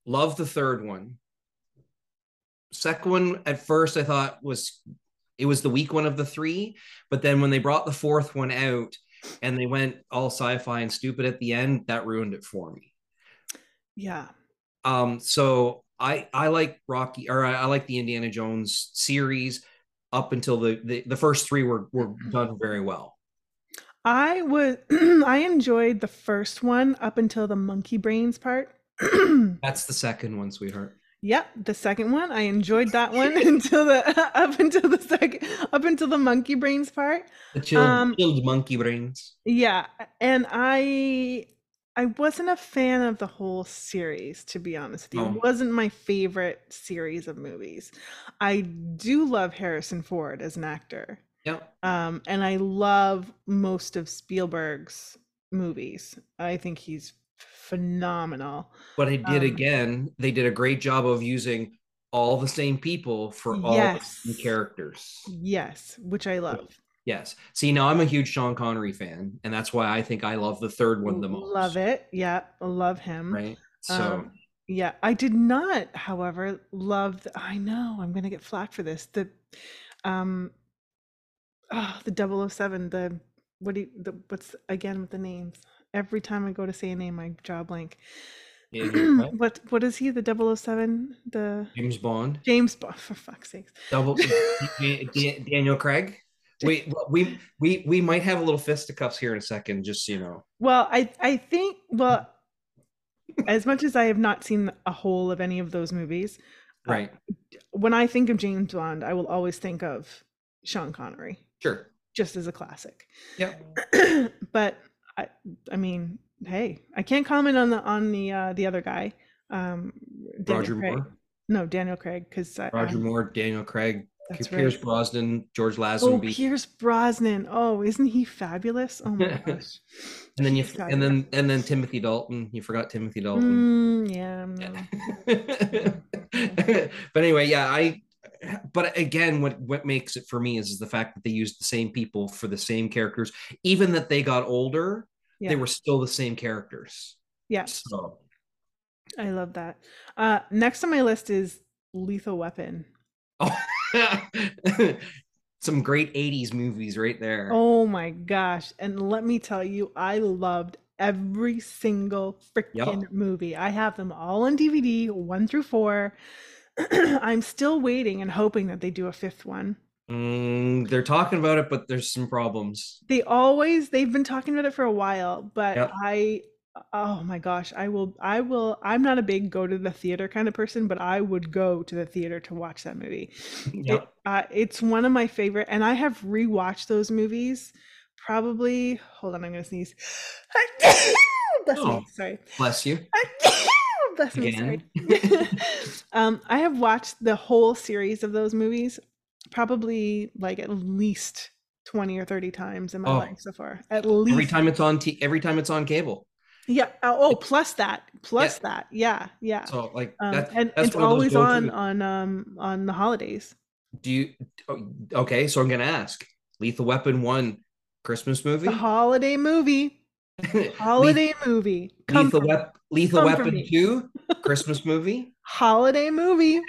Speaker 2: Love the third one. Second one at first I thought was it was the weak one of the three, but then when they brought the fourth one out and they went all sci-fi and stupid at the end, that ruined it for me.
Speaker 1: Yeah.
Speaker 2: Um, so I I like Rocky or I, I like the Indiana Jones series up until the the, the first three were were
Speaker 1: Mm-hmm.
Speaker 2: done very well.
Speaker 1: I was <clears throat> I enjoyed the first one up until the monkey brains part. <clears throat> yep,
Speaker 2: That's the second one, sweetheart.
Speaker 1: the second one. I enjoyed that one <laughs> until the up until the second up until the monkey brains part.
Speaker 2: The chilled,
Speaker 1: Um,
Speaker 2: chilled monkey brains.
Speaker 1: Yeah, and I I wasn't a fan of the whole series, to be honest with you. It
Speaker 2: No.
Speaker 1: wasn't my favorite series of movies. I do love Harrison Ford as an actor.
Speaker 2: Yep.
Speaker 1: Um, and I love most of Spielberg's movies. I think he's phenomenal.
Speaker 2: But it did
Speaker 1: Um,
Speaker 2: again. They did a great job of using all the same people for all the
Speaker 1: Yes.
Speaker 2: same characters.
Speaker 1: Yes, which I love.
Speaker 2: Yes. See, now I'm a huge Sean Connery fan, and that's why I think I love the third one the most.
Speaker 1: Love it. Yeah, I love him.
Speaker 2: Right. So
Speaker 1: Um, yeah, I did not, however, love. The, I know I'm going to get flack for this. The, um, oh, the 007, the what do you, the what's again with the names? Every time I go to say a name, I draw a blank. <clears throat>
Speaker 2: in right?
Speaker 1: what what is he? The 007? The
Speaker 2: James Bond,
Speaker 1: James Bond <laughs> for fuck's sakes.
Speaker 2: double Dan- Dan- Daniel Craig. We we we we might have a little fisticuffs here in a second, just so you know.
Speaker 1: Well, I I think well as much as I have not seen a whole of any of those movies,
Speaker 2: Right?
Speaker 1: when I think of James Bond, I will always think of Sean Connery
Speaker 2: Sure.
Speaker 1: just as a classic. <clears throat>
Speaker 2: Yeah.
Speaker 1: but I I mean, hey, I can't comment on the on the uh the other guy. Um Daniel
Speaker 2: Roger
Speaker 1: Craig.
Speaker 2: Moore.
Speaker 1: No, Daniel Craig cuz
Speaker 2: Roger Moore, Daniel Craig,
Speaker 1: That's
Speaker 2: Pierce
Speaker 1: right.
Speaker 2: Brosnan, George
Speaker 1: Oh,
Speaker 2: Lazenby.
Speaker 1: Pierce Brosnan. Oh, isn't he fabulous? Oh
Speaker 2: <laughs>
Speaker 1: my gosh.
Speaker 2: and then you
Speaker 1: He's
Speaker 2: and then and then Timothy Dalton. You forgot Timothy Dalton.
Speaker 1: Mm, yeah, no. Oh.
Speaker 2: <laughs> but anyway, yeah, I. But again, what what makes it for me is, is the fact that they used the same people for the same characters, even that they got older,
Speaker 1: Yeah.
Speaker 2: they were still the same characters.
Speaker 1: Yeah.
Speaker 2: So <laughs>
Speaker 1: I love that. Uh, next on my list is Lethal Weapon.
Speaker 2: oh, some great '80s movies right there.
Speaker 1: Oh my gosh. And let me tell you, I loved every single freaking movie. I have them all on DVD, one through four. <clears throat> I'm still waiting and hoping that they do a fifth one.
Speaker 2: Mm, they're talking about it, but there's some problems.
Speaker 1: They always they've been talking about it for a while, but
Speaker 2: Yep.
Speaker 1: I oh my gosh, I will I will I'm not a big go to the theater kind of person, but I would go to the theater to watch that movie. It, uh, it's one of my favorite, and I have rewatched those movies. Probably, hold on, I'm gonna sneeze. <coughs> Bless
Speaker 2: Oh.
Speaker 1: me, sorry. <coughs>
Speaker 2: Bless you.
Speaker 1: Bless me, sorry.
Speaker 2: Again.
Speaker 1: <laughs>
Speaker 2: <laughs>
Speaker 1: um, I have watched the whole series of those movies, probably like at least twenty or thirty times in my
Speaker 2: Oh.
Speaker 1: life so far. At least,
Speaker 2: Every time it's on t- every time it's on cable.
Speaker 1: yeah. Oh, plus that, plus that, yeah, yeah.
Speaker 2: So like
Speaker 1: um,
Speaker 2: that's
Speaker 1: and
Speaker 2: that's
Speaker 1: it's
Speaker 2: one of those
Speaker 1: always
Speaker 2: go-to-
Speaker 1: on on um on the holidays.
Speaker 2: Do you oh, okay? So I'm gonna ask Lethal Weapon One Christmas movie.
Speaker 1: The holiday movie,
Speaker 2: <laughs> Leth-
Speaker 1: holiday movie. Come
Speaker 2: Lethal,
Speaker 1: from-
Speaker 2: Wep- Lethal
Speaker 1: Come for
Speaker 2: Weapon
Speaker 1: me.
Speaker 2: Two
Speaker 1: <laughs>
Speaker 2: Christmas movie. <laughs>
Speaker 1: holiday movie.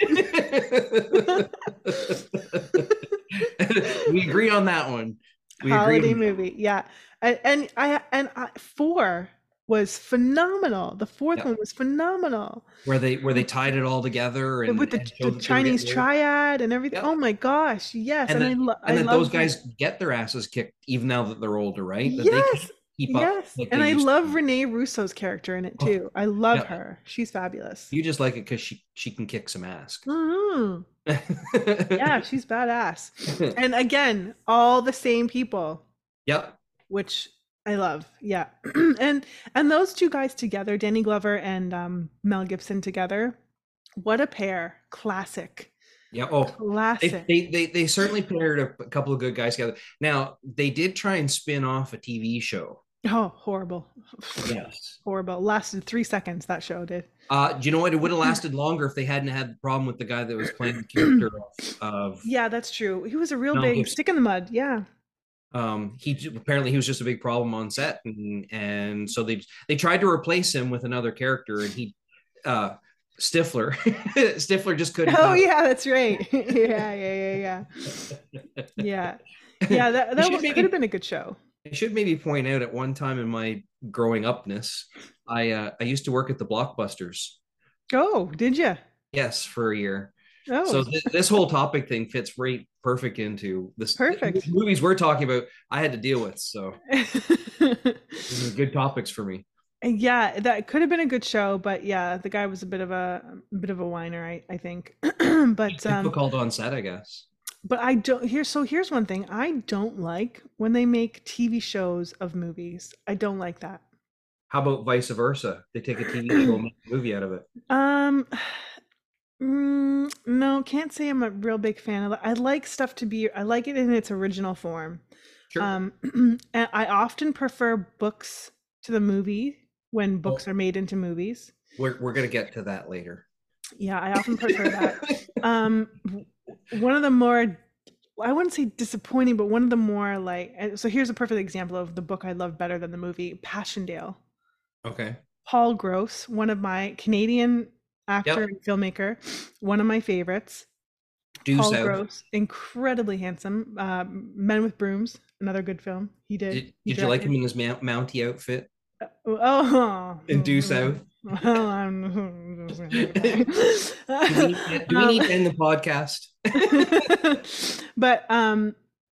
Speaker 2: we agree on that one. We agree.
Speaker 1: holiday
Speaker 2: on that.
Speaker 1: movie. Yeah. And, and I and I, four was phenomenal. The fourth
Speaker 2: Yeah.
Speaker 1: one was phenomenal
Speaker 2: Where they where they tied it all together and
Speaker 1: with the,
Speaker 2: and showed
Speaker 1: the
Speaker 2: that they were
Speaker 1: Chinese
Speaker 2: getting-
Speaker 1: triad and everything.
Speaker 2: Yeah.
Speaker 1: Oh my gosh. Yes.
Speaker 2: And
Speaker 1: And,
Speaker 2: then-
Speaker 1: I, lo-
Speaker 2: And
Speaker 1: I
Speaker 2: then
Speaker 1: love
Speaker 2: those
Speaker 1: Ren-
Speaker 2: guys get their asses kicked even now that they're older, right? That they
Speaker 1: Yes.
Speaker 2: can't keep up.
Speaker 1: Yes.
Speaker 2: like
Speaker 1: And
Speaker 2: they
Speaker 1: I
Speaker 2: used to.
Speaker 1: love Renee Russo's character in it
Speaker 2: Oh,
Speaker 1: too. I love
Speaker 2: yeah.
Speaker 1: her. She's fabulous.
Speaker 2: You just like it because she she can kick some ass.
Speaker 1: Mhm. Yeah. She's badass.
Speaker 2: yep.
Speaker 1: And again, all the same people.
Speaker 2: <laughs> Yep.
Speaker 1: which I love. Yeah. <clears throat> and and those two guys together, Danny Glover and um, Mel Gibson together, what a pair. Classic.
Speaker 2: Oh, they,
Speaker 1: Classic.
Speaker 2: they they they certainly paired a couple of good guys together. Now they did try and spin off a TV show.
Speaker 1: oh, horrible.
Speaker 2: Yes.
Speaker 1: Horrible. Lasted three seconds that show did.
Speaker 2: Uh, do you know what? It would have lasted longer if they hadn't had the problem with the guy that was playing the character of. of
Speaker 1: Yeah, that's true. He was a real
Speaker 2: Mel
Speaker 1: big
Speaker 2: Gibson.
Speaker 1: stick in the mud.
Speaker 2: <laughs>
Speaker 1: Yeah.
Speaker 2: um, he j- apparently he was just a big problem on set, and and so they they tried to replace him with another character, and he uh, Stifler <laughs> Stifler just couldn't.
Speaker 1: Oh
Speaker 2: do it.
Speaker 1: yeah, that's right. <laughs> yeah, yeah, yeah,
Speaker 2: <laughs>
Speaker 1: yeah. Yeah. Yeah, that, that
Speaker 2: should
Speaker 1: one
Speaker 2: maybe-
Speaker 1: could have been a good show.
Speaker 2: I should maybe point out at one time in my growing upness, I uh, I used to work at the Blockbusters.
Speaker 1: Oh, did you?
Speaker 2: Yes, for a year.
Speaker 1: Oh, <laughs>
Speaker 2: So th- this whole topic thing fits right perfect into this
Speaker 1: Perfect.
Speaker 2: the movies we're talking about. I had to deal with, so this is good topics for me.
Speaker 1: And Yeah, that could have been a good show, but yeah, the guy was a bit of a, a bit of a whiner, I, I think. <clears throat> but um,
Speaker 2: Difficult on set, I guess.
Speaker 1: but I don't here. So here's one thing I don't like when they make TV shows of movies. I don't like that.
Speaker 2: How about vice versa? They take a TV
Speaker 1: <clears throat>
Speaker 2: show and make a movie out of it.
Speaker 1: Um, <sighs> mm, no, can't say I'm a real big fan of that. I like stuff to be. I like it in its original form.
Speaker 2: Sure.
Speaker 1: Um, <clears throat> and I often prefer books to the movie
Speaker 2: Oh.
Speaker 1: when books are made into movies.
Speaker 2: we're we're gonna get to
Speaker 1: <laughs>
Speaker 2: that later.
Speaker 1: Yeah, I often prefer that. um w- one of the more i wouldn't say disappointing but one of the more like and so here's a perfect example of the book i love better than the movie passchendaele
Speaker 2: okay.
Speaker 1: paul gross one of my canadian actor and filmmaker one of my favorites
Speaker 2: Do
Speaker 1: paul
Speaker 2: so.
Speaker 1: gross incredibly handsome um, men with brooms another good film he did
Speaker 2: Did,
Speaker 1: he
Speaker 2: did you like
Speaker 1: directed.
Speaker 2: him in his mou- Mountie outfit?
Speaker 1: <laughs> oh
Speaker 2: in Due
Speaker 1: mm,
Speaker 2: South?
Speaker 1: <laughs> Well, I'm. <laughs>
Speaker 2: <laughs> Do we need to, do we
Speaker 1: Um,
Speaker 2: need to end the podcast?
Speaker 1: <laughs> but um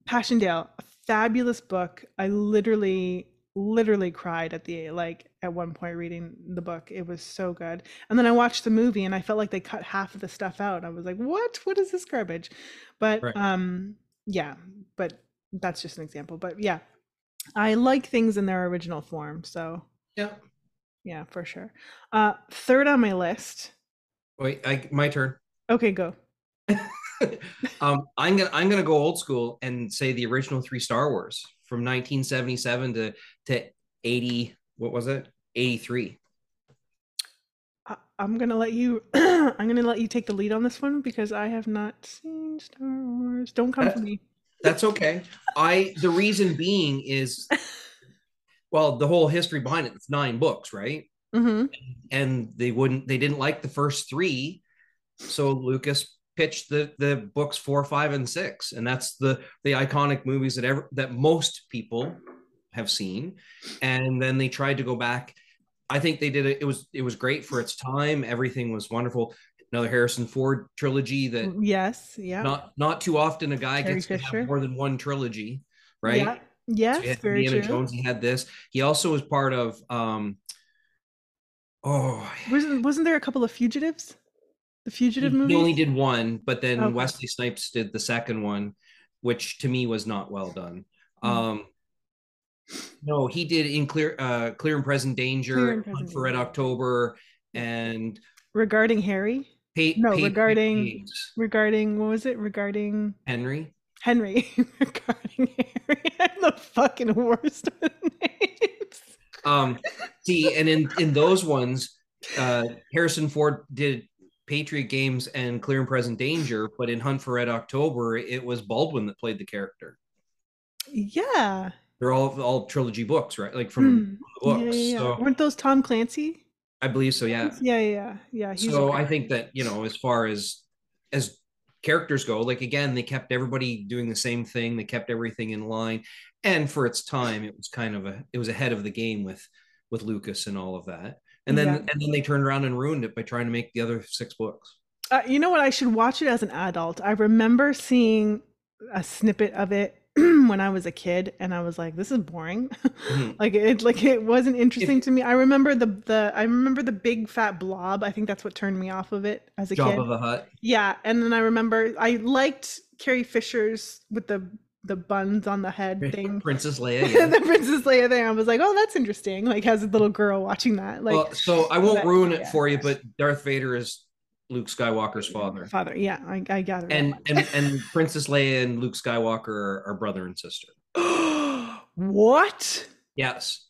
Speaker 1: Passchendaele, a fabulous book. I literally literally cried at the like at one point reading the book. It was so good. And then I watched the movie and I felt like they cut half of the stuff out. I was like, "What? What is this garbage?" But
Speaker 2: Right.
Speaker 1: um yeah, but that's just an example. But yeah. I like things in their original form, so
Speaker 2: Yeah.
Speaker 1: yeah, for sure. Uh third on my list.
Speaker 2: Wait, I, my turn.
Speaker 1: Okay, go.
Speaker 2: <laughs> um, I'm gonna I'm gonna go old school and say the original three Star Wars from 1977 to to 80. What was it? 83.
Speaker 1: I- I'm gonna let you. <clears throat> I'm gonna let you take the lead on this one because I have not seen Star Wars. Don't come for
Speaker 2: That's-
Speaker 1: me.
Speaker 2: That's okay. I the reason being is, well, the whole history behind it. It's nine books, right?
Speaker 1: hmm
Speaker 2: and they wouldn't they didn't like the first three so lucas pitched the the books four five and six and that's the the iconic movies that ever that most people have seen and then they tried to go back i think they did it it was it was great for its time everything was wonderful another harrison ford trilogy that
Speaker 1: Yes. Mm, Yeah.
Speaker 2: uh, not not too often a guy
Speaker 1: Carrie
Speaker 2: gets to
Speaker 1: Fisher.
Speaker 2: have more than one trilogy right
Speaker 1: Yeah.
Speaker 2: so
Speaker 1: Yes.
Speaker 2: he had
Speaker 1: very
Speaker 2: Indiana
Speaker 1: true.
Speaker 2: Jones. He had this. He also was part of. um Oh,
Speaker 1: Wasn't Wasn't there a couple of fugitives? The
Speaker 2: he,
Speaker 1: fugitive
Speaker 2: he
Speaker 1: movie.
Speaker 2: Mm, only did one, but then
Speaker 1: Okay.
Speaker 2: Wesley Snipes did the second one, which to me was not well done.
Speaker 1: Mm.
Speaker 2: Um No, he did in clear, uh, clear and present danger,
Speaker 1: Clear and
Speaker 2: Hunt
Speaker 1: Present
Speaker 2: for Red
Speaker 1: Danger.
Speaker 2: October, and
Speaker 1: regarding Harry.
Speaker 2: Pay.
Speaker 1: No,
Speaker 2: Patriot
Speaker 1: regarding-
Speaker 2: Games.
Speaker 1: Regarding what was it? Regarding
Speaker 2: Henry.
Speaker 1: Henry. <laughs> regarding Harry. I'm the fucking worst with <laughs> names.
Speaker 2: Um, see, and in in those ones, uh, Harrison Ford did Patriot Games and Clear and Present Danger, but in Hunt for Red October, it was Baldwin that played the character.
Speaker 1: Yeah.
Speaker 2: They're all all trilogy books, right? Like from
Speaker 1: Hmm.
Speaker 2: the books.
Speaker 1: Yeah, yeah, yeah.
Speaker 2: So
Speaker 1: Weren't those Tom Clancy?
Speaker 2: I believe so. Yeah.
Speaker 1: Yeah. Yeah. Yeah. yeah he's
Speaker 2: So
Speaker 1: okay.
Speaker 2: I think that you know, as far as as characters go, like again, they kept everybody doing the same thing. They kept everything in line, and for its time, it was kind of a it was ahead of the game with with Lucas and all of that. And then
Speaker 1: Yeah.
Speaker 2: and then they turned around and ruined it by trying to make the other six books.
Speaker 1: Uh, you know what? I should watch it as an adult. I remember seeing a snippet of it <clears throat> when I was a kid, and I was like, "This is boring."
Speaker 2: Mhm.
Speaker 1: <laughs> like it, like it wasn't interesting to me. I remember the the I remember the big fat blob. I think that's what turned me off of it as a
Speaker 2: Job
Speaker 1: kid.
Speaker 2: of
Speaker 1: <laughs>
Speaker 2: the Hut.
Speaker 1: yeah, and then I remember I liked Carrie Fisher's with the the buns on the head thing. <laughs>
Speaker 2: Princess Leia. Yeah.
Speaker 1: the Princess Leia thing. I was like, "Oh, that's interesting." Like as a little girl watching that, like
Speaker 2: well, so I won't
Speaker 1: but-
Speaker 2: ruin it
Speaker 1: yeah.
Speaker 2: for you, but Darth Vader is Luke Skywalker's father.
Speaker 1: father. Yeah, I, I gather. that
Speaker 2: And, and and Princess Leia and Luke Skywalker are, are brother and sister.
Speaker 1: <gasps> what?
Speaker 2: Yes.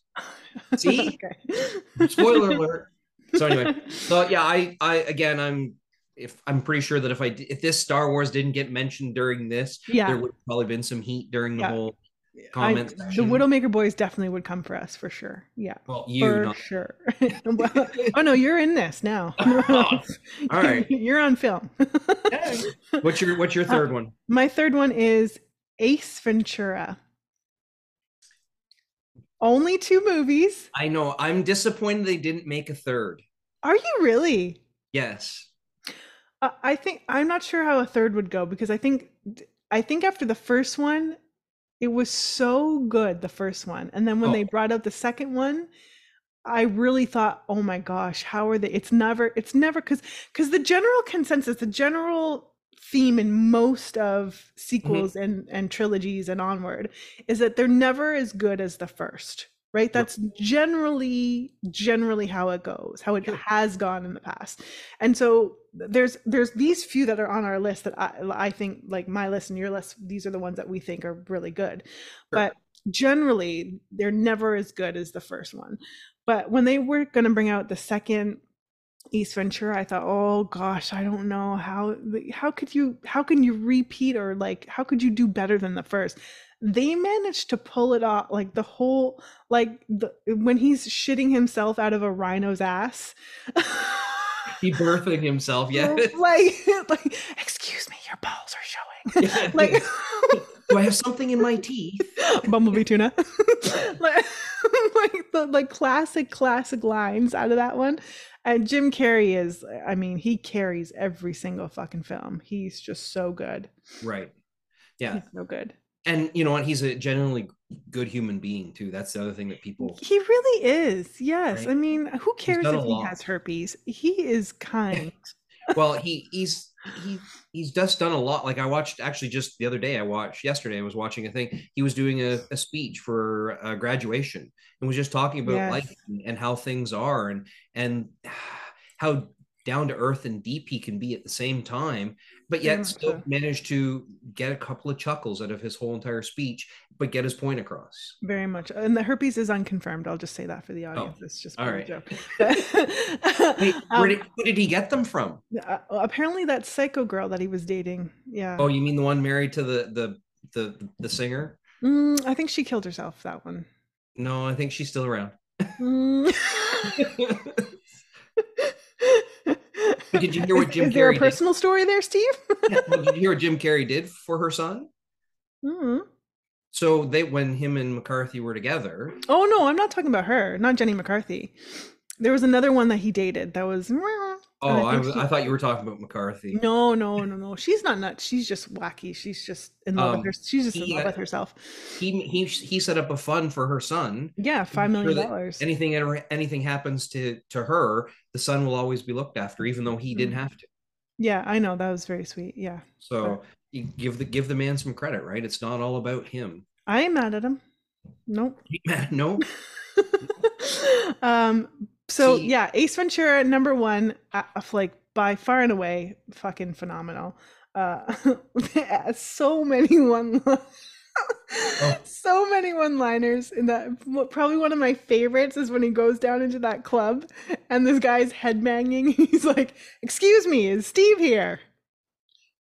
Speaker 2: See?
Speaker 1: <laughs> Okay. <laughs>
Speaker 2: Spoiler alert. So anyway, so yeah, I I again I'm if I'm pretty sure that if I d- if this Star Wars didn't get mentioned during this,
Speaker 1: Yeah.
Speaker 2: there would have probably been some heat during the
Speaker 1: Yeah.
Speaker 2: whole
Speaker 1: I-
Speaker 2: comment
Speaker 1: the
Speaker 2: section.
Speaker 1: Widowmaker boys definitely would come for us for sure. Yeah,
Speaker 2: well, you
Speaker 1: for <laughs>
Speaker 2: not-
Speaker 1: sure. Well, oh no, you're in this now. <laughs>
Speaker 2: <laughs> All right.
Speaker 1: you're on film. <laughs>
Speaker 2: What's your what's
Speaker 1: Uh,
Speaker 2: your third one?
Speaker 1: My third one is Ace Ventura. Only two movies.
Speaker 2: I know I'm disappointed they didn't make a third.
Speaker 1: Are you really?
Speaker 2: Yes.
Speaker 1: Uh, I think I'm not sure how a third would go because I think d- I think after the first one, it was so good the first one, and then when they
Speaker 2: Oh.
Speaker 1: brought out the second one, I really thought, oh my gosh, how are they? It's never, it's never because because the general consensus, the general theme in most of sequels and and trilogies and onward is that they're never as good as the first right that's generally generally how it goes how it
Speaker 2: Sure.
Speaker 1: has gone in the past and so th- there's there's these few that are on our list that i i think like my list and your list these are the ones that we think are really good but generally they're never as good as the first one but when they were going to bring out the second East Ventura, I thought, oh gosh, I don't know how the- how could you how can you repeat or like how could you do better than the first? They managed to pull it off like the whole like the when he's shitting himself out of a rhino's ass. <laughs>
Speaker 2: He birthing himself. Yeah. <laughs>
Speaker 1: like <laughs> like excuse me, your balls are
Speaker 2: <laughs>
Speaker 1: showing. like <laughs>
Speaker 2: Do I have something in my teeth?
Speaker 1: Bumblebee tuna. <laughs> like, <laughs> like the like classic classic lines out of that one. And Jim Carrey is I mean, he carries every single fucking film. He's just so good.
Speaker 2: Right. Yeah.
Speaker 1: He's so good.
Speaker 2: And you know what? He's a genuinely good human being too. That's the other thing that people
Speaker 1: He really is. Yes.
Speaker 2: Right.
Speaker 1: I mean, who cares
Speaker 2: done a
Speaker 1: if he
Speaker 2: lot.
Speaker 1: has herpes? He is
Speaker 2: <laughs>
Speaker 1: kind.
Speaker 2: well, he he's he he's just done a lot. Like I watched actually just the other day, I watched yesterday, I was watching a thing. He was doing a, a speech for a graduation and was just talking about
Speaker 1: Yes.
Speaker 2: life and, and how things are and and how down to earth and deep he can be at the same time, but
Speaker 1: Very
Speaker 2: yet
Speaker 1: much
Speaker 2: still
Speaker 1: so.
Speaker 2: managed to get a couple of chuckles out of his whole entire speech, but get his point across.
Speaker 1: Very much. And the herpes is unconfirmed. I'll just say that for the audience. It's just
Speaker 2: Oh. all
Speaker 1: part
Speaker 2: right. <laughs>
Speaker 1: of <laughs> the <gasps>
Speaker 2: Wait,
Speaker 1: joke.
Speaker 2: where,
Speaker 1: Um,
Speaker 2: did, where did he get them from?
Speaker 1: uh, apparently that psycho girl that he was dating. Yeah.
Speaker 2: Oh, you mean the one married to the the the the singer?
Speaker 1: Mm, I think she killed herself, that one.
Speaker 2: No, I think she's still around. <laughs>
Speaker 1: Mm. <laughs>
Speaker 2: did you hear what
Speaker 1: Is-
Speaker 2: Jim
Speaker 1: Is there
Speaker 2: Carrey
Speaker 1: a
Speaker 2: did?
Speaker 1: personal story there, Steve?
Speaker 2: Yeah, well, did you hear what Jim Carrey did for her son?
Speaker 1: Mm.
Speaker 2: So they, when him and McCarthy were together,
Speaker 1: Oh no, I'm not talking about her. Not Jenny McCarthy. There was another one that he dated that was.
Speaker 2: oh, I,
Speaker 1: think
Speaker 2: was-
Speaker 1: she-
Speaker 2: I thought you were talking about McCarthy.
Speaker 1: No, no, no, no. She's not nuts. She's just wacky. She's just in love
Speaker 2: Um,
Speaker 1: with her. She's just in
Speaker 2: he,
Speaker 1: love
Speaker 2: uh,
Speaker 1: with herself.
Speaker 2: He he he set up a fund for her son.
Speaker 1: Yeah, five million
Speaker 2: that
Speaker 1: dollars.
Speaker 2: Anything ever anything happens to to her, the son will always be looked after, even though he didn't
Speaker 1: Mhm.
Speaker 2: have to.
Speaker 1: Yeah, I know that was very sweet. Yeah,
Speaker 2: So you give the give the man some credit, right? It's not all about him. <laughs>
Speaker 1: I ain't mad at him. Nope.
Speaker 2: no,
Speaker 1: <laughs> um. So
Speaker 2: See-
Speaker 1: yeah, Ace Ventura number one, uh, uh, like by far and away, fucking phenomenal. Uh, <laughs> so many one. <laughs> So many one-liners in that. what- Probably one of my favorites is when he goes down into that club, and this guy's head banging. <laughs> He's like, "Excuse me, is Steve here?"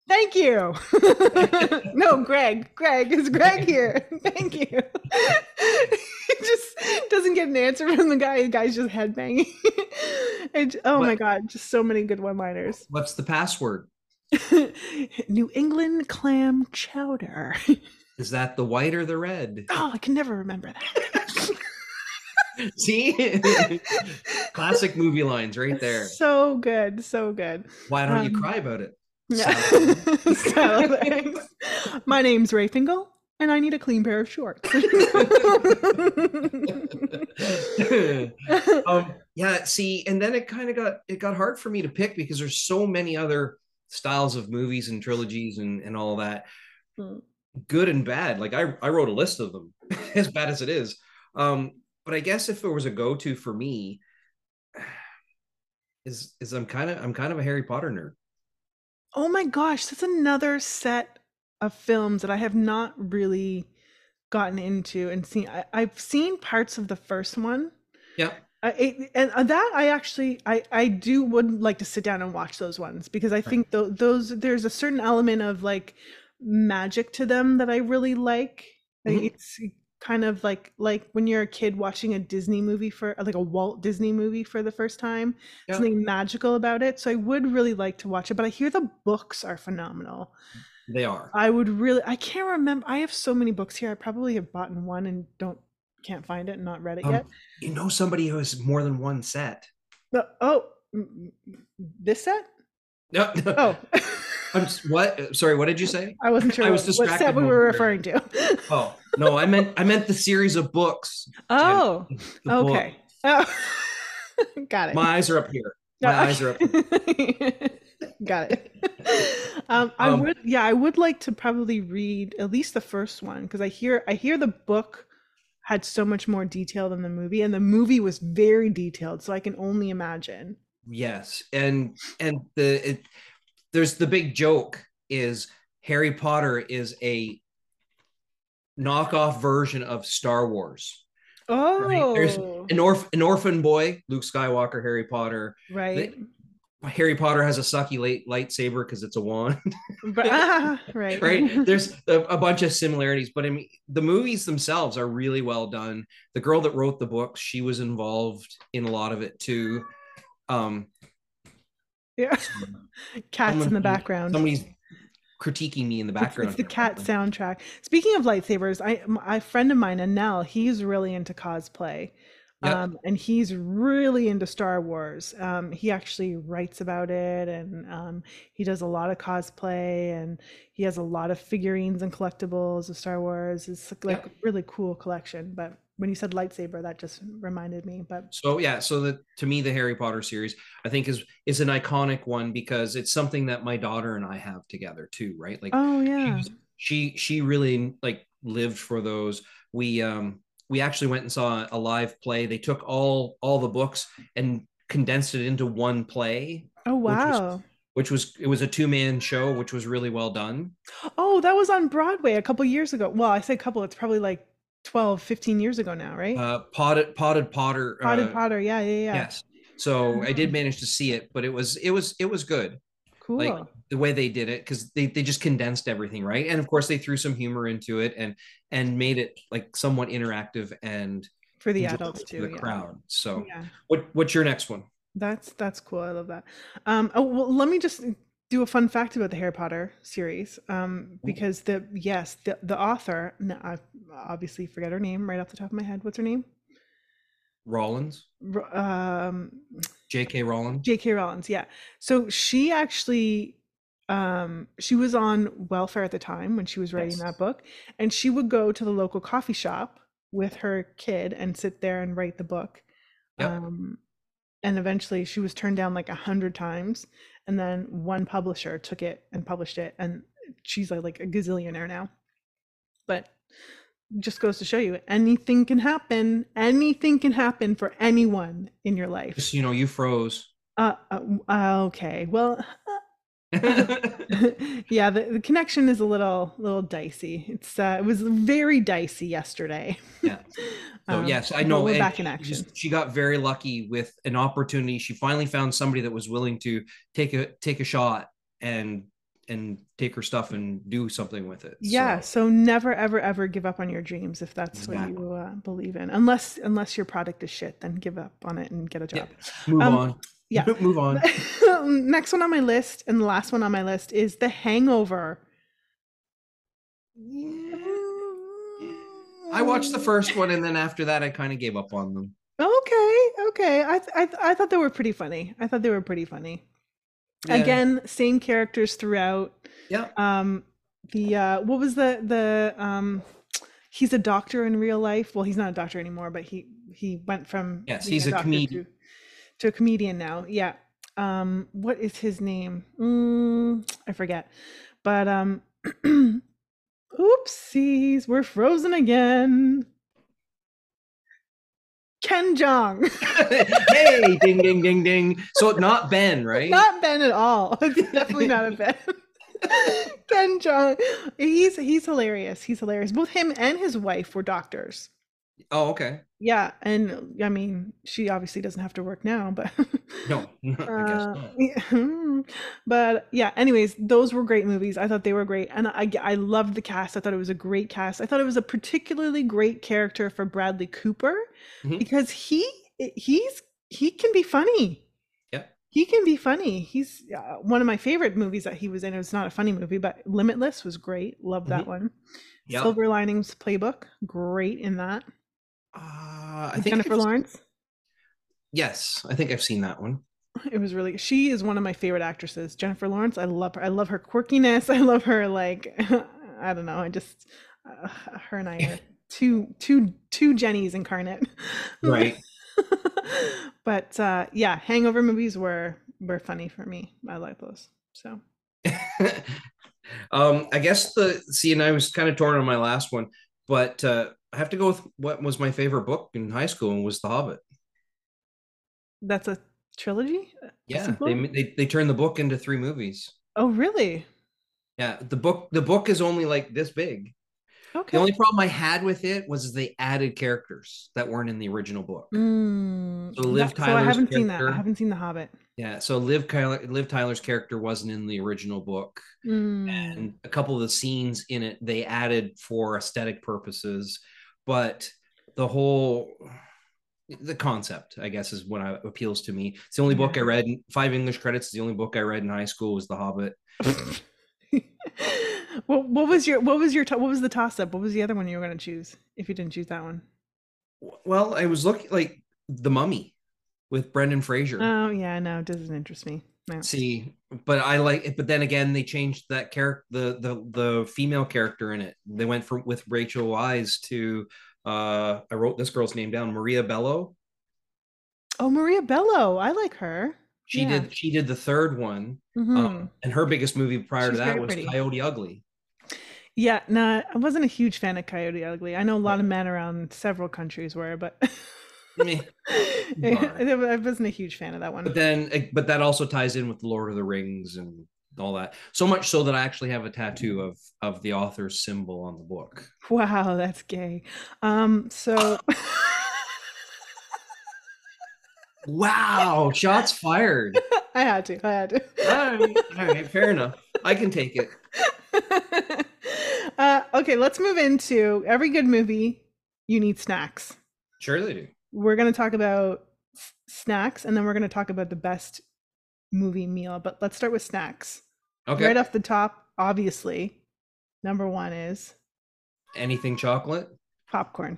Speaker 1: Thank you. <laughs> no, Greg. Greg is Greg here. <laughs> Thank you. he just doesn't get an answer from the guy. The guy's just <laughs> headbanging. and, oh my
Speaker 2: What-
Speaker 1: god, just so many good one-liners. <laughs>
Speaker 2: what's the password?
Speaker 1: New England clam chowder. <laughs>
Speaker 2: Is that the white or the red? <laughs>
Speaker 1: Oh, I can never remember that. <laughs>
Speaker 2: See, classic movie lines right there.
Speaker 1: So good, so good.
Speaker 2: Why don't you
Speaker 1: Um,
Speaker 2: cry about it?
Speaker 1: Yeah. <laughs>
Speaker 2: Salad.
Speaker 1: Salad, thanks. My name's Ray Fingal, and I need a clean pair of shorts. <laughs> yeah,
Speaker 2: um, yeah, see, and then it kind of got it got hard for me to pick because there's so many other styles of movies and trilogies and and all that,
Speaker 1: Mm.
Speaker 2: good and bad. Like I I wrote a list of them, <laughs> as bad as it is. Um, but I guess if there was a go to for me, <sighs> is is I'm kind of I'm kind of a Harry Potter nerd.
Speaker 1: Oh my gosh, that's another set of films that I have not really gotten into and seen. I, I've seen parts of the first one.
Speaker 2: Yeah.
Speaker 1: I, it, and uh, that I actually I I do would like to sit down and watch those ones because I think tho- those there's a certain element of like magic to them that I really like. Like,
Speaker 2: Mhm.
Speaker 1: It's kind of like like when you're a kid watching a Disney movie for like a Walt Disney movie for the first time,
Speaker 2: Yeah.
Speaker 1: something magical about it. So I would really like to watch it, but I hear the books are phenomenal.
Speaker 2: They are.
Speaker 1: I would really I can't remember. I have so many books here. I probably have bought one and don't can't find it and not read it
Speaker 2: Um,
Speaker 1: yet.
Speaker 2: You know somebody who has more than one set.
Speaker 1: The, oh, m- m- this set?
Speaker 2: No, <laughs> no.
Speaker 1: Oh,
Speaker 2: I'm s- what? Uh, Sorry, what did you say?
Speaker 1: I wasn't sure
Speaker 2: <laughs> I was
Speaker 1: what, what set
Speaker 2: distracted
Speaker 1: we
Speaker 2: when
Speaker 1: were
Speaker 2: we were-
Speaker 1: referring to.
Speaker 2: <laughs>
Speaker 1: <laughs>
Speaker 2: Oh no, I meant I meant the series of books.
Speaker 1: Oh,
Speaker 2: The book.
Speaker 1: okay. Oh. <laughs> Got it.
Speaker 2: My eyes are up here.
Speaker 1: No,
Speaker 2: my eyes are up.
Speaker 1: okay. <laughs> Got it. Um, I
Speaker 2: Um,
Speaker 1: would, yeah, I would like to probably read at least the first one because I hear, I hear the book had so much more detail than the movie, and the movie was very detailed. So I can only imagine.
Speaker 2: Yes, and and the it, there's the big joke is Harry Potter is a knockoff version of Star Wars.
Speaker 1: Oh,
Speaker 2: there's- An orph an orphan boy, Luke Skywalker, Harry Potter.
Speaker 1: right,
Speaker 2: Harry Potter has a sucky late lightsaber because it's a wand. <laughs>
Speaker 1: But- <laughs> ah, right,
Speaker 2: right there's a, a bunch of similarities but i mean the movies themselves are really well done the girl that wrote the book she was involved in a lot of it too um
Speaker 1: Yeah. Cats
Speaker 2: Someone
Speaker 1: in the
Speaker 2: who-
Speaker 1: background.
Speaker 2: somebody's critiquing me in the
Speaker 1: It's,
Speaker 2: background.
Speaker 1: it's the cat soundtrack. Speaking of lightsabers, I m- a friend of mine, Anel, he's really into cosplay.
Speaker 2: Yep.
Speaker 1: Um, and he's really into Star Wars. Um, he actually writes about it and um, he does a lot of cosplay and he has a lot of figurines and collectibles of Star Wars. It's like
Speaker 2: Yep.
Speaker 1: a really cool collection. But when you said lightsaber, that just reminded me. But
Speaker 2: So yeah, so the, to me, the Harry Potter series I think is is an iconic one because it's something that my daughter and I have together too, right? Like
Speaker 1: oh, yeah.
Speaker 2: was- she she really like lived for those we um we actually went and saw a live play they took all all the books and condensed it into one play
Speaker 1: Oh,
Speaker 2: which was-
Speaker 1: wow.
Speaker 2: which was it was a two-man show which was really well done
Speaker 1: Oh, that was on Broadway a couple years ago. Well, I say couple, it's probably like 12, 15 years ago now, right?
Speaker 2: uh potted potted potter
Speaker 1: Potted
Speaker 2: uh,
Speaker 1: Potter. Yeah, yeah, Mm-hmm. yeah.
Speaker 2: yes so i did manage to see it but it was it was it was good
Speaker 1: Cool.
Speaker 2: like the way they did it because they, they just condensed everything right and of course they threw some humor into it and and made it like somewhat interactive and
Speaker 1: For the
Speaker 2: enjoyable
Speaker 1: adults
Speaker 2: to
Speaker 1: too.
Speaker 2: the
Speaker 1: yeah. Mm-hmm.
Speaker 2: crowd so
Speaker 1: Yeah.
Speaker 2: What what's your next one?
Speaker 1: That's that's cool. I love that. Um oh, well, let me just do a fun fact about the Harry Potter series. Um because the yes, the the author, no, I obviously forget her name right off the top of my head. What's her name?
Speaker 2: Rollins,
Speaker 1: R- Um
Speaker 2: J.K. Rollins.
Speaker 1: J.K. Rollins, yeah. So she actually um she was on welfare at the time when she was writing
Speaker 2: Yes.
Speaker 1: that book and she would go to the local coffee shop with her kid and sit there and write the book
Speaker 2: Yep.
Speaker 1: um and eventually she was turned down like a hundred times and then one publisher took it and published it and she's like, like a gazillionaire now but just goes to show you anything can happen anything can happen for anyone in your life
Speaker 2: Just so you know, you froze. <laughs>
Speaker 1: uh, uh, w- uh, okay. Well, <laughs>
Speaker 2: yeah,
Speaker 1: yeah, the, the connection is a little little dicey. It's uh, it was very dicey yesterday. <laughs> Um,
Speaker 2: Yeah. so yes, I
Speaker 1: but
Speaker 2: know.
Speaker 1: We're
Speaker 2: and
Speaker 1: back in
Speaker 2: she
Speaker 1: action.
Speaker 2: just- she got very lucky with an opportunity. She finally found somebody that was willing to take a take a shot and and take her stuff and do something with it.
Speaker 1: yeah.
Speaker 2: So,
Speaker 1: So. never ever ever give up on your dreams if that's what
Speaker 2: Exactly.
Speaker 1: you uh, believe in. Unless unless your product is shit, then give up on it and get a
Speaker 2: Yeah.
Speaker 1: job. <laughs>
Speaker 2: move
Speaker 1: Um,
Speaker 2: on. <laughs>
Speaker 1: yeah. <laughs>
Speaker 2: move on.
Speaker 1: Next one on my list and the last one on my list is The Hangover.
Speaker 2: I watched
Speaker 1: Mm.
Speaker 2: the first one, and then after that, I kind of gave up on them.
Speaker 1: Okay, okay. I th- I, th- I thought they were pretty funny. I thought they were pretty funny.
Speaker 2: Yeah.
Speaker 1: Again, same characters throughout.
Speaker 2: Yeah.
Speaker 1: Um the uh what was the the um he's a doctor in real life. Well, he's not a doctor anymore, but he he went from
Speaker 2: Yes,
Speaker 1: being
Speaker 2: he's a
Speaker 1: doctor
Speaker 2: comedian.
Speaker 1: to, to a comedian now. Yeah. Um what is his name? Mm, I forget. But um <clears throat> oopsies, we're frozen again. Ken Jong.
Speaker 2: <laughs> hey, ding, ding, ding, ding. So
Speaker 1: <laughs>
Speaker 2: not Ben, right?
Speaker 1: Not Ben at all. <laughs> It's definitely not a Ben. Ken Jong. He's he's hilarious. He's hilarious. Both him and his wife were doctors.
Speaker 2: oh, okay.
Speaker 1: Yeah, and I mean, she obviously doesn't have to work now, but
Speaker 2: No, <laughs> no, I guess
Speaker 1: Uh,
Speaker 2: not.
Speaker 1: yeah, <laughs> but yeah, anyways, those were great movies. I thought they were great. And I, I loved the cast. I thought it was a great cast. I thought it was a particularly great character for Bradley Cooper
Speaker 2: Mhm.
Speaker 1: because he he's he can be funny.
Speaker 2: Yeah.
Speaker 1: He can be funny. He's uh, one of my favorite movies that he was in. It was not a funny movie, but Limitless was great. Love that
Speaker 2: Mhm.
Speaker 1: one.
Speaker 2: Yeah.
Speaker 1: Silver Linings Playbook, great in that.
Speaker 2: Uh, I
Speaker 1: With
Speaker 2: think
Speaker 1: Jennifer
Speaker 2: I've-
Speaker 1: Lawrence.
Speaker 2: Yes, I think I've seen that
Speaker 1: <laughs>
Speaker 2: one.
Speaker 1: It was really she is one of my favorite actresses. Jennifer Lawrence, I love her. I love her quirkiness. <laughs> I love her like <laughs> I don't know. I just uh, her and I
Speaker 2: <laughs>
Speaker 1: are two two two Jennies incarnate.
Speaker 2: Right.
Speaker 1: <laughs>
Speaker 2: <laughs>
Speaker 1: but uh yeah, hangover movies were were funny for me. I like those. So
Speaker 2: um, I guess the see, and I was kind of torn on my last one, but uh, I have to go with what was my favorite book in high school and was The Hobbit.
Speaker 1: that's a trilogy?
Speaker 2: Yeah,
Speaker 1: sequel?
Speaker 2: they, they they turned the book into three movies.
Speaker 1: Oh really?
Speaker 2: Yeah, the book the book is only like this big.
Speaker 1: Okay.
Speaker 2: The only problem I had with it was they added characters that weren't in the original book.
Speaker 1: Mm,
Speaker 2: So Liv
Speaker 1: that- so I
Speaker 2: Tyler's
Speaker 1: haven't seen that. I
Speaker 2: character-
Speaker 1: haven't seen The Hobbit.
Speaker 2: Yeah, so Liv Tyler, Liv Tyler's character wasn't in the original book.
Speaker 1: Mm.
Speaker 2: and a couple of the scenes in it they added for aesthetic purposes but the whole the concept i guess is what I, appeals to me it's the only book i read five english credits is the only book i read in high school was the hobbit
Speaker 1: <laughs> what, what was your what was your to- what was the toss up? What was the other one you were going to choose if you didn't choose that one?
Speaker 2: Well, I was looking like the Mummy with Brendan Fraser.
Speaker 1: Oh yeah, no, it doesn't interest me. No.
Speaker 2: See, but I like it. But then again, they changed that character, the the the female character in it. They went from with Rachel Wise to uh, I wrote this girl's name down, Maria Bello.
Speaker 1: Oh, Maria Bello, I like her.
Speaker 2: She
Speaker 1: Yeah.
Speaker 2: did she did the third one,
Speaker 1: Mhm.
Speaker 2: um, and her biggest movie prior
Speaker 1: She's
Speaker 2: to that
Speaker 1: very
Speaker 2: was
Speaker 1: pretty.
Speaker 2: Coyote Ugly.
Speaker 1: yeah, no, I wasn't a huge fan of Coyote Ugly. I know a lot of men around several countries were, but
Speaker 2: Meh.
Speaker 1: <laughs> I I wasn't a huge fan of that one.
Speaker 2: But then, eh, but that also ties in with the Lord of the Rings and all that. So much so that I actually have a tattoo of of the author's symbol on the book.
Speaker 1: Wow, that's gay. Um, so <laughs>
Speaker 2: Wow! Shots
Speaker 1: <laughs>
Speaker 2: fired.
Speaker 1: I had to, I had to.
Speaker 2: All right, all right, fair enough. I can take it.
Speaker 1: <laughs> uh, okay, let's move into every good movie. You need snacks.
Speaker 2: Sure they do.
Speaker 1: We're going to talk about s- snacks, and then we're going to talk about the best movie meal. But let's start with snacks.
Speaker 2: Okay.
Speaker 1: Right off the top, obviously, number one is
Speaker 2: Anything chocolate? <laughs>
Speaker 1: popcorn.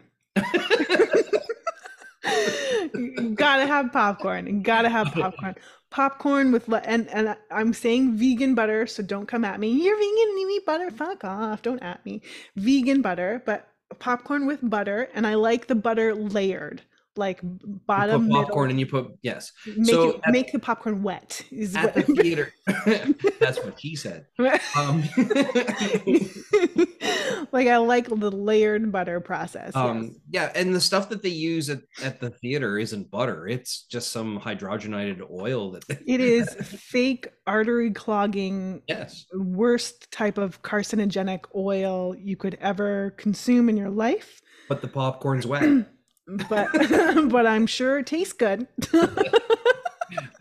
Speaker 1: You gotta have popcorn. You gotta have popcorn. Popcorn with le- and and I'm saying vegan butter, so don't come at me. You're vegan and you eat butter. Fuck off. Don't at me. Vegan butter, but popcorn with butter, and I like the butter layered, like
Speaker 2: You
Speaker 1: bottom
Speaker 2: put popcorn
Speaker 1: middle.
Speaker 2: and you put yes
Speaker 1: Make
Speaker 2: So
Speaker 1: it,
Speaker 2: at-
Speaker 1: make the popcorn wet. Is <laughs>
Speaker 2: at the theater. <laughs> That's what she said.
Speaker 1: what,
Speaker 2: Um,
Speaker 1: <laughs>
Speaker 2: <laughs>
Speaker 1: like I like the layered butter process. yes.
Speaker 2: um, yeah, and the stuff that they use at, at the theater isn't butter; it's just some hydrogenated oil that. They,
Speaker 1: <laughs> It is fake artery clogging
Speaker 2: yes.
Speaker 1: worst type of carcinogenic oil you could ever consume in your life,
Speaker 2: But the
Speaker 1: <clears throat>
Speaker 2: popcorn's wet.
Speaker 1: but <laughs> but I'm sure it tastes good.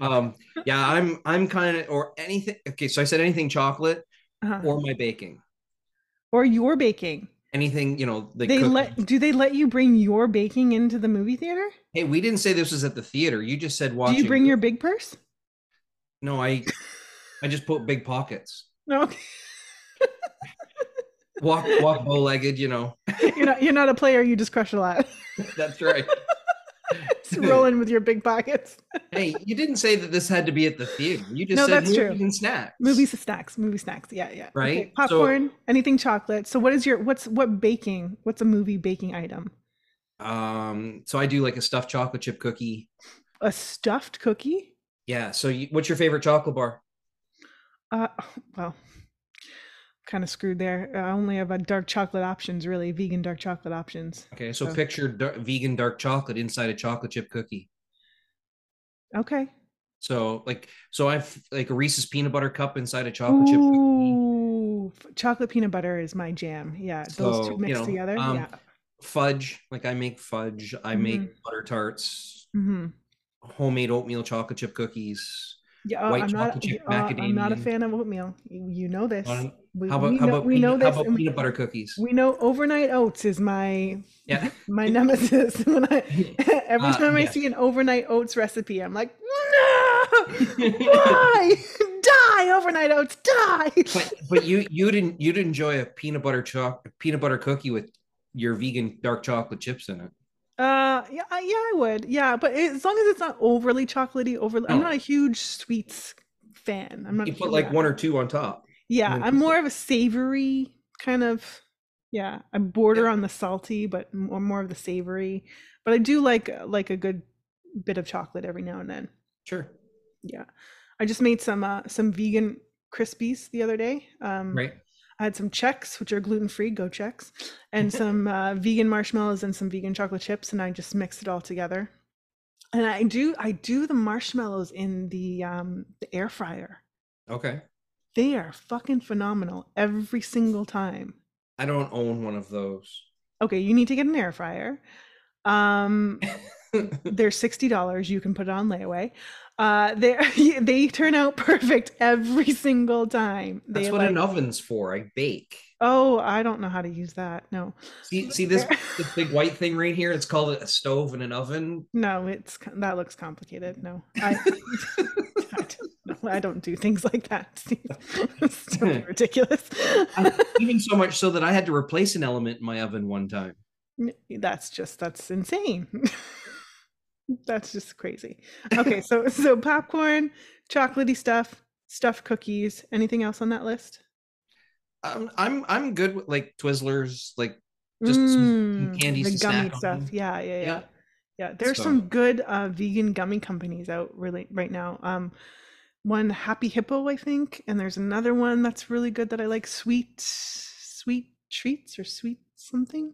Speaker 2: um, yeah, I'm I'm kind of or anything. Okay, so I said anything chocolate
Speaker 1: Uh-huh.
Speaker 2: or my baking.
Speaker 1: Or your baking.
Speaker 2: Anything you know they,
Speaker 1: They
Speaker 2: cook-
Speaker 1: let do they let you bring your baking into the movie theater?
Speaker 2: Hey, we didn't say this was at the theater. You just said watching.
Speaker 1: Do you bring your big purse?
Speaker 2: No, I I just put big pockets.
Speaker 1: No, <laughs> okay.
Speaker 2: Walk walk bow legged. You know
Speaker 1: you're not you're not a player. You just crush a lot. <laughs>
Speaker 2: that's right.
Speaker 1: Just roll in with your big pockets.
Speaker 2: Hey, you didn't say that this had to be at the theater. You just
Speaker 1: No,
Speaker 2: said
Speaker 1: that's true.
Speaker 2: movies and snacks.
Speaker 1: Movies and snacks. Movie snacks. Yeah, yeah. Okay,
Speaker 2: Right? So-
Speaker 1: Popcorn. anything chocolate. So what is your what's what baking? What's a movie baking item?
Speaker 2: Um, so I do like a stuffed chocolate chip cookie.
Speaker 1: A stuffed cookie?
Speaker 2: Yeah. So you, what's your favorite chocolate bar?
Speaker 1: Uh, <laughs> well, kind of screwed there. Uh, I only have a dark chocolate options, really vegan dark chocolate options.
Speaker 2: Okay, so
Speaker 1: Uh,
Speaker 2: picture dar- vegan dark chocolate inside a chocolate chip cookie.
Speaker 1: Okay.
Speaker 2: So like, so I've like a Reese's peanut butter cup inside a chocolate chip cookie.
Speaker 1: Ooh, f- chocolate peanut butter is my jam. Yeah, those
Speaker 2: So,
Speaker 1: two
Speaker 2: you
Speaker 1: mixed
Speaker 2: know,
Speaker 1: together.
Speaker 2: um,
Speaker 1: yeah.
Speaker 2: Fudge, like I make fudge. I
Speaker 1: Mm-hmm.
Speaker 2: make butter tarts,
Speaker 1: hmm
Speaker 2: homemade oatmeal chocolate chip cookies.
Speaker 1: Yeah, uh,
Speaker 2: white
Speaker 1: I'm not.
Speaker 2: chocolate chip
Speaker 1: uh, I'm not a
Speaker 2: macadamia.
Speaker 1: fan of oatmeal. You, you know this.
Speaker 2: How
Speaker 1: We,
Speaker 2: about
Speaker 1: we
Speaker 2: how
Speaker 1: know,
Speaker 2: about
Speaker 1: we know
Speaker 2: peanut, how
Speaker 1: this.
Speaker 2: about
Speaker 1: and
Speaker 2: peanut butter cookies?
Speaker 1: We know overnight oats is my
Speaker 2: yeah.
Speaker 1: <laughs> my nemesis. <laughs> When
Speaker 2: <laughs>
Speaker 1: I every
Speaker 2: Uh,
Speaker 1: time I
Speaker 2: yes.
Speaker 1: see an overnight oats recipe, I'm like, no.
Speaker 2: <laughs>
Speaker 1: Why? die overnight oats, die.
Speaker 2: but but you you'd en- you'd enjoy a peanut butter choc peanut butter cookie with your vegan dark chocolate chips in it.
Speaker 1: Uh, yeah, I- yeah, I would. Yeah, but it, as long as it's not overly chocolatey, overly. I'm
Speaker 2: No.
Speaker 1: not a huge sweets fan. I'm not.
Speaker 2: You
Speaker 1: a
Speaker 2: put
Speaker 1: huge-
Speaker 2: Oh. like one or two on top.
Speaker 1: Yeah,
Speaker 2: one or
Speaker 1: I'm
Speaker 2: two.
Speaker 1: more of a savory kind of. Yeah, I border on the salty, but more more of the savory. But I do like uh, like a good bit of chocolate every now and then.
Speaker 2: Sure.
Speaker 1: Yeah, I just made some uh some vegan crispies the other day. Um,
Speaker 2: Right.
Speaker 1: I had some Chex, which are gluten free, go Chex, and some uh, vegan marshmallows and some vegan chocolate chips, and I just mixed it all together. And I do, I do the marshmallows in the um, the air fryer.
Speaker 2: Okay.
Speaker 1: They are fucking phenomenal every single time.
Speaker 2: I don't own one of those. <laughs>
Speaker 1: Okay, you need to get an air fryer.
Speaker 2: <laughs>
Speaker 1: Um, they're sixty dollars. You can put it on layaway. Uh, they <laughs> they turn out perfect every single time. They
Speaker 2: That's what
Speaker 1: like-
Speaker 2: an oven's for. I bake.
Speaker 1: Oh, I don't know how to use that. No,
Speaker 2: See
Speaker 1: <laughs>
Speaker 2: see this
Speaker 1: Fair.
Speaker 2: this big white thing right here? It's called a stove and an oven.
Speaker 1: <laughs> No, it's co- that looks complicated. No, I, don't. No, I don't do things like that, <laughs> Steve. It's
Speaker 2: <laughs>
Speaker 1: totally ridiculous.
Speaker 2: I- even so much so that I had to replace an element in my oven one time.
Speaker 1: N- that's just that's insane <laughs> that's just crazy okay so <laughs> so popcorn chocolatey stuff stuffed cookies anything else on that list
Speaker 2: Um, I'm I'm good with like Twizzlers, like Just some
Speaker 1: Mm,
Speaker 2: candies
Speaker 1: the
Speaker 2: to
Speaker 1: gummy
Speaker 2: snack on.
Speaker 1: stuff yeah yeah yeah yeah,
Speaker 2: Yeah.
Speaker 1: there's
Speaker 2: So-
Speaker 1: some good uh vegan gummy companies out really right now um one happy hippo i think and there's another one that's really good that i like sweet sweet treats or sweet something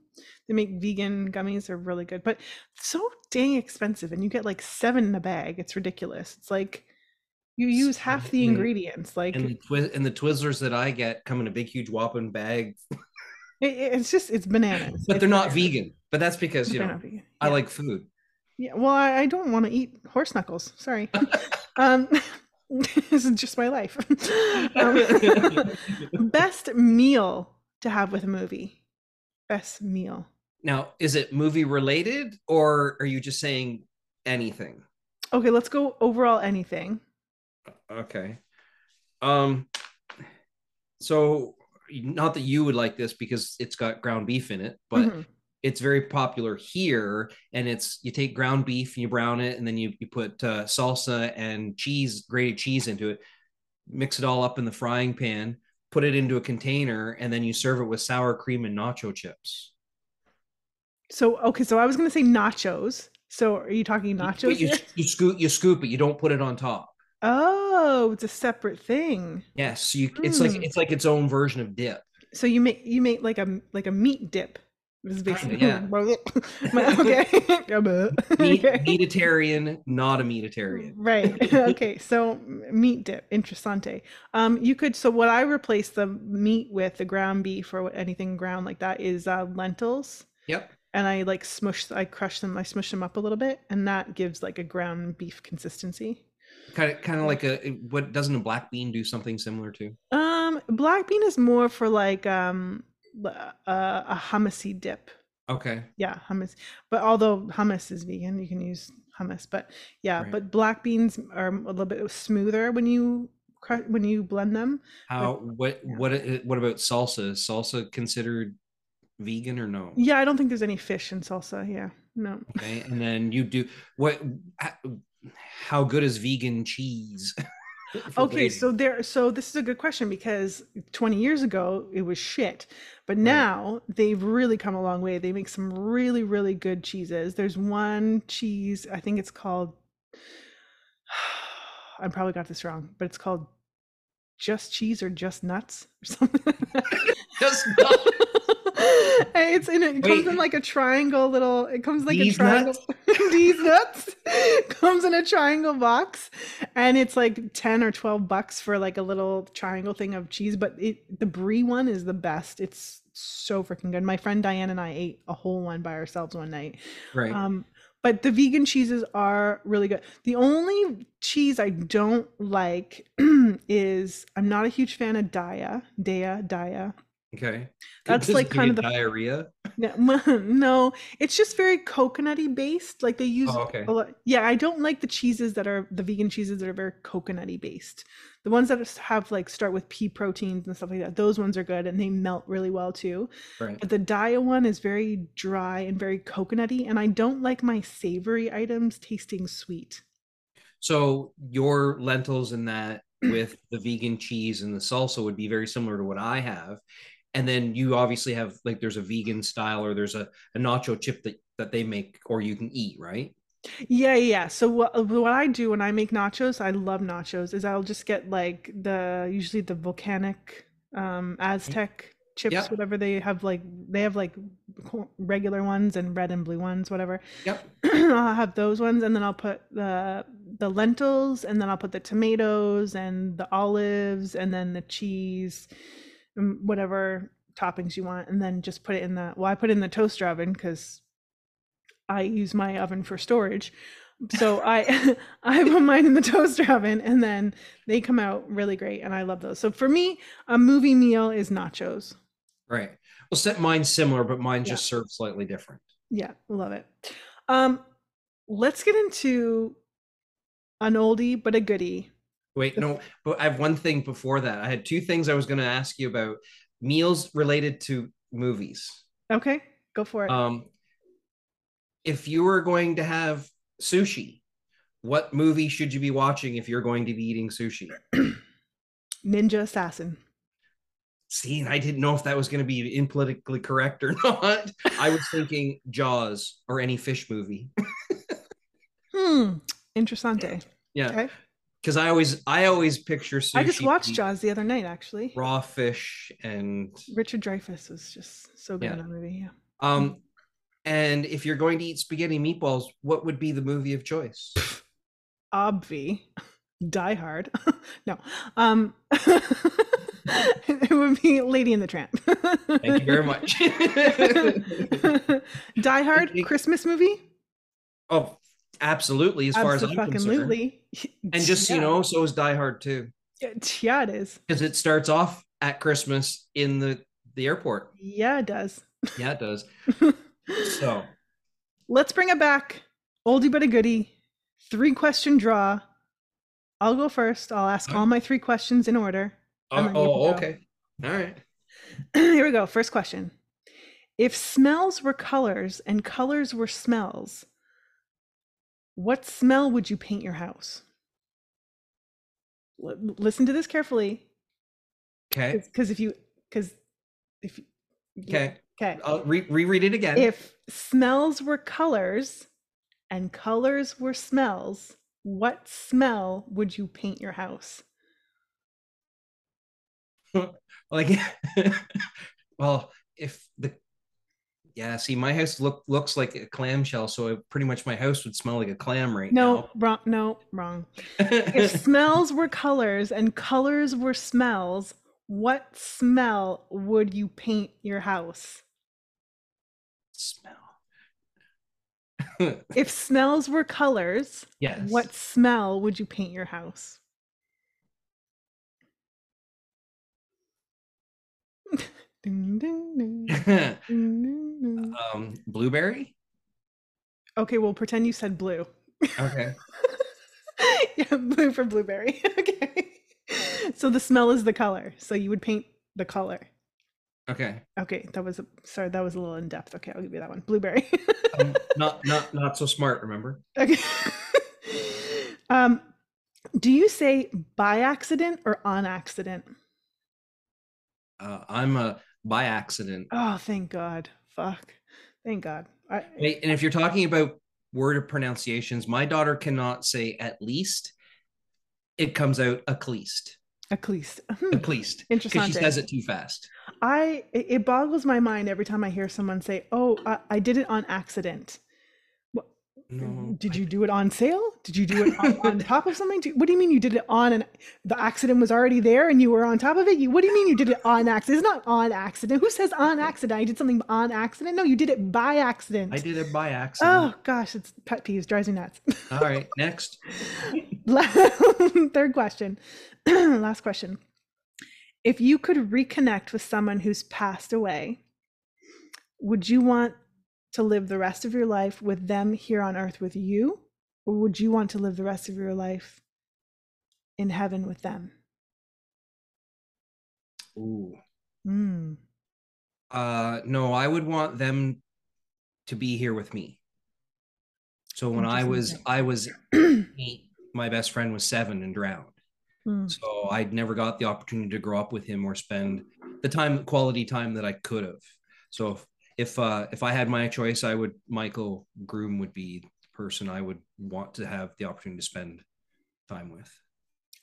Speaker 1: they make vegan gummies they're really good but so dang expensive and you get like seven in a bag it's ridiculous it's like you use half the
Speaker 2: Yeah.
Speaker 1: ingredients like
Speaker 2: and the twi- and the Twizzlers that I get come in a big huge whopping bag,
Speaker 1: it- it- it's just it's bananas
Speaker 2: but
Speaker 1: It's
Speaker 2: they're not
Speaker 1: bananas.
Speaker 2: vegan. But that's because you
Speaker 1: They're
Speaker 2: know
Speaker 1: not vegan.
Speaker 2: I
Speaker 1: Yeah.
Speaker 2: like
Speaker 1: <laughs>
Speaker 2: food. <laughs>
Speaker 1: Yeah, well, I, I don't want to eat horse knuckles.
Speaker 2: <laughs>
Speaker 1: Sorry. um, <laughs> this is just my life. Um, <laughs> best meal to have with a movie. Best meal.
Speaker 2: Now, is it movie related or are you just saying anything?
Speaker 1: Okay, let's go overall anything.
Speaker 2: Okay. Um so not that you would like this because it's got ground beef in it, but
Speaker 1: Mhm.
Speaker 2: it's very popular here and it's you take ground beef and you brown it and then you, you put uh, salsa and cheese grated cheese into it mix it all up in the frying pan put it into a container and then you serve it with sour cream and nacho chips
Speaker 1: So, okay, so I was going to say nachos. So, are you talking nachos?
Speaker 2: But you,
Speaker 1: here?
Speaker 2: you scoop you scoop it you don't put it on top
Speaker 1: Oh, it's a separate thing.
Speaker 2: yes so you it's like
Speaker 1: Mm.
Speaker 2: it's like its own version
Speaker 1: <laughs>
Speaker 2: of dip
Speaker 1: So you make you make like a like a meat dip. This is basically
Speaker 2: Kinda,
Speaker 1: <laughs>
Speaker 2: yeah.
Speaker 1: My-
Speaker 2: <laughs>
Speaker 1: okay. <laughs>
Speaker 2: Meat,
Speaker 1: Okay. Mm.
Speaker 2: meatitarian not a meatitarian
Speaker 1: Right. okay. So m- meat dip, interessante. Um, you could. So what I replace the meat with, the ground beef or what, anything ground like that, is uh, lentils,
Speaker 2: yep
Speaker 1: and I like smush. I crush them. I smush them up a little bit, and that gives like a ground beef consistency.
Speaker 2: kind of kind of like a what doesn't a black bean do something similar to
Speaker 1: Um, black bean is more for like um l- uh, a hummusy dip.
Speaker 2: okay
Speaker 1: Yeah, hummus. But although hummus is vegan, you can use hummus. But yeah,
Speaker 2: Right.
Speaker 1: but black beans are a little bit smoother when you cru- when you blend them.
Speaker 2: How what
Speaker 1: yeah.
Speaker 2: what i- what about salsa? Is salsa considered vegan or
Speaker 1: <laughs>
Speaker 2: no?
Speaker 1: Yeah, I don't think there's any fish in salsa. Yeah, no.
Speaker 2: Okay, and then you do what? h- How good is vegan cheese? <laughs> for
Speaker 1: Okay,
Speaker 2: gravy?
Speaker 1: so there. So this is a good question because 20 years ago it was shit, but now they've really come a long way. They make some really, really good cheeses. There's one cheese I think it's called. <sighs> I probably got this wrong, but it's called just cheese or just nuts or <laughs> something. like that.
Speaker 2: <laughs>
Speaker 1: <laughs>
Speaker 2: Just not-
Speaker 1: And it's in it comes
Speaker 2: Wait.
Speaker 1: in like a triangle little it comes like
Speaker 2: These
Speaker 1: a triangle <laughs> these nuts comes in a triangle box and it's like 10 or 12 bucks for like a little triangle thing of cheese but it the brie one is the best it's so freaking good my friend diane and i ate a whole one by ourselves one night
Speaker 2: right.
Speaker 1: um, but the vegan cheeses are really good. The only cheese I don't like <clears throat> is I'm not a huge fan of Daya, Daya, Daya.
Speaker 2: okay.
Speaker 1: that's
Speaker 2: Does it
Speaker 1: like
Speaker 2: give you
Speaker 1: kind of the-
Speaker 2: diarrhea.
Speaker 1: No, <laughs> no, it's just very coconutty based. Like they use
Speaker 2: Oh, okay.
Speaker 1: a lot. Yeah, I don't like the cheeses that are the vegan cheeses that are very coconutty based. The ones that s- have like start with pea proteins and stuff like that. Those ones are good and they melt really well too.
Speaker 2: Right.
Speaker 1: But the Daya one is very dry and very coconutty, and I don't like my savory items tasting sweet.
Speaker 2: So your lentils and that with the vegan cheese and the salsa would be very similar to what I have. And then you obviously have like there's a vegan style or there's a, a nacho chip that, that they make or you can eat, right?
Speaker 1: Yeah, yeah. yeah. So what what I do when I make nachos, I love nachos, is I'll just get like the usually the volcanic um Aztec chips,
Speaker 2: Yep.
Speaker 1: whatever they have like they have like co- regular ones and red and blue ones, whatever.
Speaker 2: Yep.
Speaker 1: <clears throat> I'll have those ones and then I'll put the the lentils and then I'll put the tomatoes and the olives and then the cheese and whatever toppings you want and then just put it in the well I put it in the toaster oven cuz I use my oven for storage. So I <laughs> I put mine in the toaster oven and then they come out really great and I love those. So for me, a movie meal is nachos.
Speaker 2: Right. Well, set mine's similar, but mine's
Speaker 1: Yeah.
Speaker 2: just served slightly different.
Speaker 1: Yeah, love it. Um, let's get into an oldie but a goodie. <laughs>
Speaker 2: Wait, no, but I have one thing before that. I had two things I was going to ask you about meals related to movies.
Speaker 1: Okay, go for it.
Speaker 2: Um, if you were going to have sushi, what movie should you be watching if you're going to be eating sushi?
Speaker 1: Ninja Assassin.
Speaker 2: See, and I didn't know if that was going to be in politically correct or <laughs> not. I was thinking Jaws or any fish movie.
Speaker 1: Hmm. Interessante.
Speaker 2: Yeah,
Speaker 1: Okay.
Speaker 2: because I always I always picture sushi.
Speaker 1: I just watched
Speaker 2: being
Speaker 1: Jaws the other night, actually.
Speaker 2: raw fish and
Speaker 1: Richard Dreyfuss was just so good in
Speaker 2: Yeah.
Speaker 1: that movie. Yeah. Mm-hmm.
Speaker 2: um and if you're going to eat spaghetti and meatballs, what would be the movie of choice?
Speaker 1: Obvi. Die Hard. <laughs> no. Um <laughs> it would be Lady in the Tramp.
Speaker 2: Thank you very
Speaker 1: <laughs>
Speaker 2: much.
Speaker 1: Die Hard
Speaker 2: think-
Speaker 1: Christmas movie?
Speaker 2: <laughs> oh, absolutely. As far as I'm concerned,
Speaker 1: Abso-fucking-lutely.
Speaker 2: and just so
Speaker 1: Yeah.
Speaker 2: you know, so is Die Hard too,
Speaker 1: Yeah, it is.
Speaker 2: because it starts off at Christmas in the the airport.
Speaker 1: Yeah, it does.
Speaker 2: Yeah, it does. So
Speaker 1: Let's bring it back. Oldie but a goodie. Three question draw. I'll go first. I'll ask all my three questions in order.
Speaker 2: oh,
Speaker 1: I'm ready
Speaker 2: oh,
Speaker 1: to go.
Speaker 2: okay, all right.
Speaker 1: <clears throat> Here we go. First question. If smells were colors and colors were smells, what smell would you paint your house? L- listen to this carefully
Speaker 2: Okay,
Speaker 1: because if you because if you- yeah,
Speaker 2: okay.
Speaker 1: okay
Speaker 2: I'll re- reread it again.
Speaker 1: if smells were colors and colors were smells, what smell would you paint your house?
Speaker 2: like <laughs> well if the yeah see my house look looks like a clamshell so it, pretty much my house would smell like a clam right
Speaker 1: No, wrong. No, wrong.
Speaker 2: now
Speaker 1: <laughs> If
Speaker 2: <laughs>
Speaker 1: smells were colors and colors were smells, what smell would you paint your house?
Speaker 2: smell
Speaker 1: If smells were colors,
Speaker 2: yes <laughs>
Speaker 1: what smell would you paint your house? <laughs> Ding, ding, ding,
Speaker 2: <laughs>
Speaker 1: ding, ding, ding.
Speaker 2: um blueberry
Speaker 1: Okay, well, pretend you said blue. <laughs>
Speaker 2: okay
Speaker 1: yeah, blue for blueberry. <laughs> okay. So the smell is the color. So you would paint the color.
Speaker 2: okay
Speaker 1: Okay, that was a, sorry, that was a little in depth. Okay, I'll give you that one. Blueberry. <laughs>
Speaker 2: um, not not not so smart remember
Speaker 1: okay. <laughs> um, do you say by accident or on accident?
Speaker 2: uh, i'm a by accident
Speaker 1: Oh, thank God. Fuck. Thank God. I,
Speaker 2: Wait, and if you're talking about word pronunciations my daughter cannot say at least it comes out at least
Speaker 1: at least. Hmm,
Speaker 2: at least because she
Speaker 1: Interessante.
Speaker 2: says it too fast.
Speaker 1: I it it boggles my mind every time I hear someone say, "Oh, I, I did it on accident." Did you do it on sale? Did you do it on,
Speaker 2: <laughs>
Speaker 1: on top of something? Do- What do you mean you did it on and the accident was already there and you were on top of it? You what do you mean you did it on accident? It's not on accident. Who says on accident? I did something on accident. No, you did it by accident.
Speaker 2: I did it by
Speaker 1: Oh
Speaker 2: accident.
Speaker 1: gosh, it's pet peeves, drives me nuts.
Speaker 2: All right, next.
Speaker 1: La- <laughs> Third question. <clears throat> Last question. If you could reconnect with someone who's passed away, would you want to live the rest of your life with them here on earth with you? Or would you want to live the rest of your life in heaven with them?
Speaker 2: Ooh.
Speaker 1: Mm.
Speaker 2: Uh, no, I would want them to be here with me. So when I was
Speaker 1: Interesting.
Speaker 2: I was eight, my best friend was seven and drowned.
Speaker 1: Mm.
Speaker 2: So I never got the opportunity to grow up with him or spend the time quality time that I could have. So if if, uh, if I had my choice, I would Michael Groom would be the person I would want to have the opportunity to spend time with.
Speaker 1: <clears throat>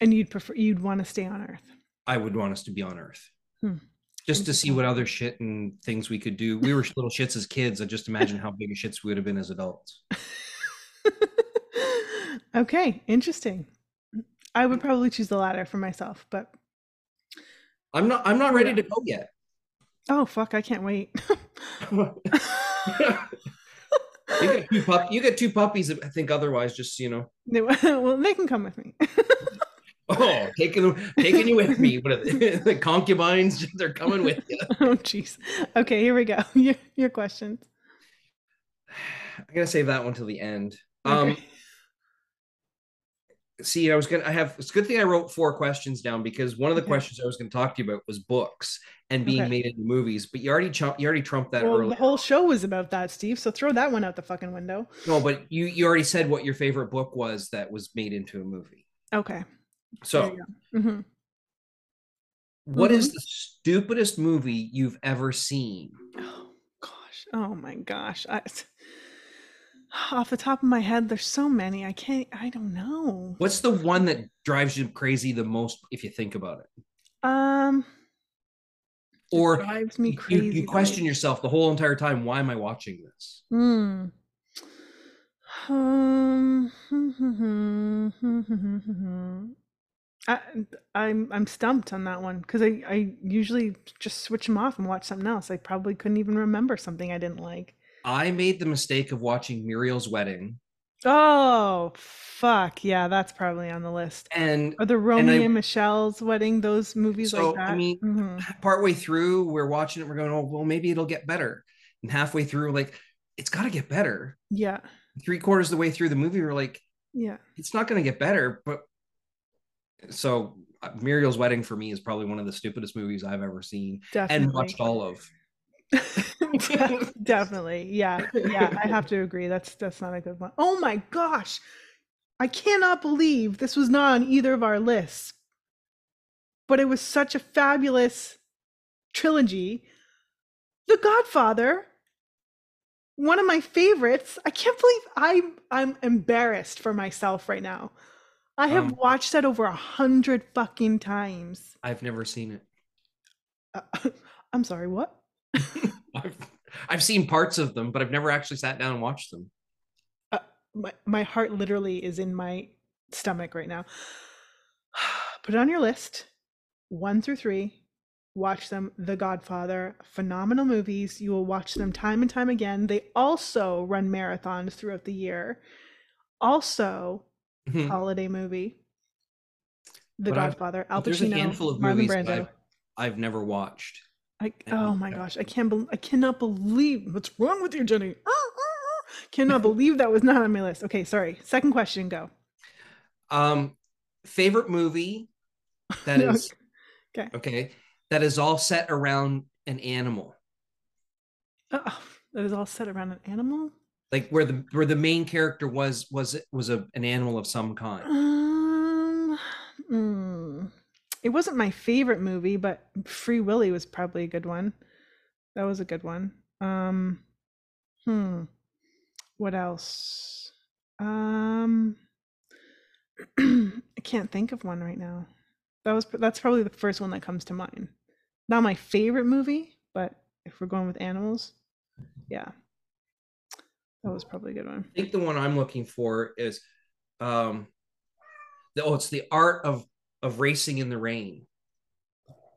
Speaker 1: And you'd prefer you'd want to stay on earth.
Speaker 2: I would want us to be on Earth.
Speaker 1: Hmm.
Speaker 2: Just to see what other shit and things we could do. We were little shits as kids. I just imagine how big a shits we would have been as adults.
Speaker 1: <laughs> okay, interesting. I would probably choose the latter for myself, but
Speaker 2: I'm not I'm not ready to go yet. <laughs>
Speaker 1: oh fuck, I can't wait. <laughs>
Speaker 2: you get two pup you get two puppies, I think otherwise, just you know.
Speaker 1: They- <laughs> well, they can come with me. <laughs>
Speaker 2: Oh, taking them taking you with me. What are they? <laughs> the concubines? They're coming with you.
Speaker 1: oh, jeez. Okay, here we go. <laughs> Your, your questions.
Speaker 2: I'm gonna save that one till the end. Um
Speaker 1: Okay.
Speaker 2: see, I was gonna I have it's a good thing I wrote four questions down because one of the
Speaker 1: Okay.
Speaker 2: questions I was gonna talk to you about was books and being
Speaker 1: Okay.
Speaker 2: made into movies, but you already chump, you already trumped that
Speaker 1: Well,
Speaker 2: earlier.
Speaker 1: the whole show was about that, Steve. So throw that one out the fucking window.
Speaker 2: No, but you you already said what your favorite book was that was made into a movie.
Speaker 1: Okay.
Speaker 2: So
Speaker 1: hmm
Speaker 2: what
Speaker 1: Mm-hmm.
Speaker 2: is the stupidest movie you've ever seen?
Speaker 1: Oh gosh. Oh my gosh. I, it's- <sighs> off the top of my head, there's so many. I can't. I don't know.
Speaker 2: What's the one that drives you crazy the most if you think about it?
Speaker 1: Um,
Speaker 2: Or
Speaker 1: drives me
Speaker 2: you-
Speaker 1: crazy.
Speaker 2: you,
Speaker 1: though.
Speaker 2: question yourself the whole entire time, why am I watching this?
Speaker 1: Hmm.
Speaker 2: Mm. <laughs>
Speaker 1: Um, I, I'm I'm stumped on that one because I, I usually just switch them off and watch something else. I probably couldn't even remember something I didn't like.
Speaker 2: I made the mistake of watching Muriel's Wedding
Speaker 1: Oh fuck yeah, that's probably on the list.
Speaker 2: and
Speaker 1: Or the Romeo and Michelle's wedding, those movies
Speaker 2: So,
Speaker 1: like
Speaker 2: I
Speaker 1: that.
Speaker 2: mean,
Speaker 1: Mhm.
Speaker 2: partway through we're watching it we're going oh well maybe it'll get better and halfway through like it's got to get better
Speaker 1: yeah,
Speaker 2: three quarters of the way through the movie we're like
Speaker 1: yeah.
Speaker 2: it's not going to get better but so uh, muriel's wedding for me is probably one of the stupidest movies i've ever seen
Speaker 1: Definitely.
Speaker 2: and watched all of
Speaker 1: <laughs> Def- definitely yeah yeah i have to agree that's that's not a good one. Oh my gosh i cannot believe this was not on either of our lists but it was such a fabulous trilogy the godfather one of my favorites i can't believe i'm i'm embarrassed for myself right now i have
Speaker 2: Um,
Speaker 1: watched that over a hundred fucking times
Speaker 2: i've never seen it <laughs>
Speaker 1: Uh, <laughs> i'm sorry what
Speaker 2: I've, I've seen parts of them but i've never actually sat down and watched them
Speaker 1: my, my heart literally is in my stomach right now. <sighs> Put it on your list. One through three. Watch them. The Godfather. Phenomenal movies. You will watch them time and time again. They also run marathons throughout the year. Also,
Speaker 2: Mhm.
Speaker 1: holiday movie. The
Speaker 2: But I've-
Speaker 1: Godfather. Al
Speaker 2: but there's a
Speaker 1: Pacino.
Speaker 2: handful of
Speaker 1: Marlon
Speaker 2: movies that
Speaker 1: Brando.
Speaker 2: I've, I've never watched
Speaker 1: I,
Speaker 2: and
Speaker 1: oh my
Speaker 2: yeah.
Speaker 1: gosh, I can't bel I cannot believe what's wrong with you, Jenny. Ah, ah, ah. Cannot believe that was not on my list. Okay, sorry. Second question, go.
Speaker 2: um favorite movie
Speaker 1: <laughs>
Speaker 2: that
Speaker 1: No,
Speaker 2: is
Speaker 1: okay.
Speaker 2: okay that is all set around an animal
Speaker 1: Oh, that is all set around an animal.
Speaker 2: like where the where the main character was was was a, an animal of some kind
Speaker 1: Um, hmm. it wasn't my favorite movie, but Free Willy was probably a good one. That was a good one. Um, hmm, what else? Um, <clears throat> I can't think of one right now. That was that's probably the first one that comes to mind. Not my favorite movie, but if we're going with animals, yeah, that was probably a good one.
Speaker 2: i think the one i'm looking for is um the, oh it's the art of of racing in the rain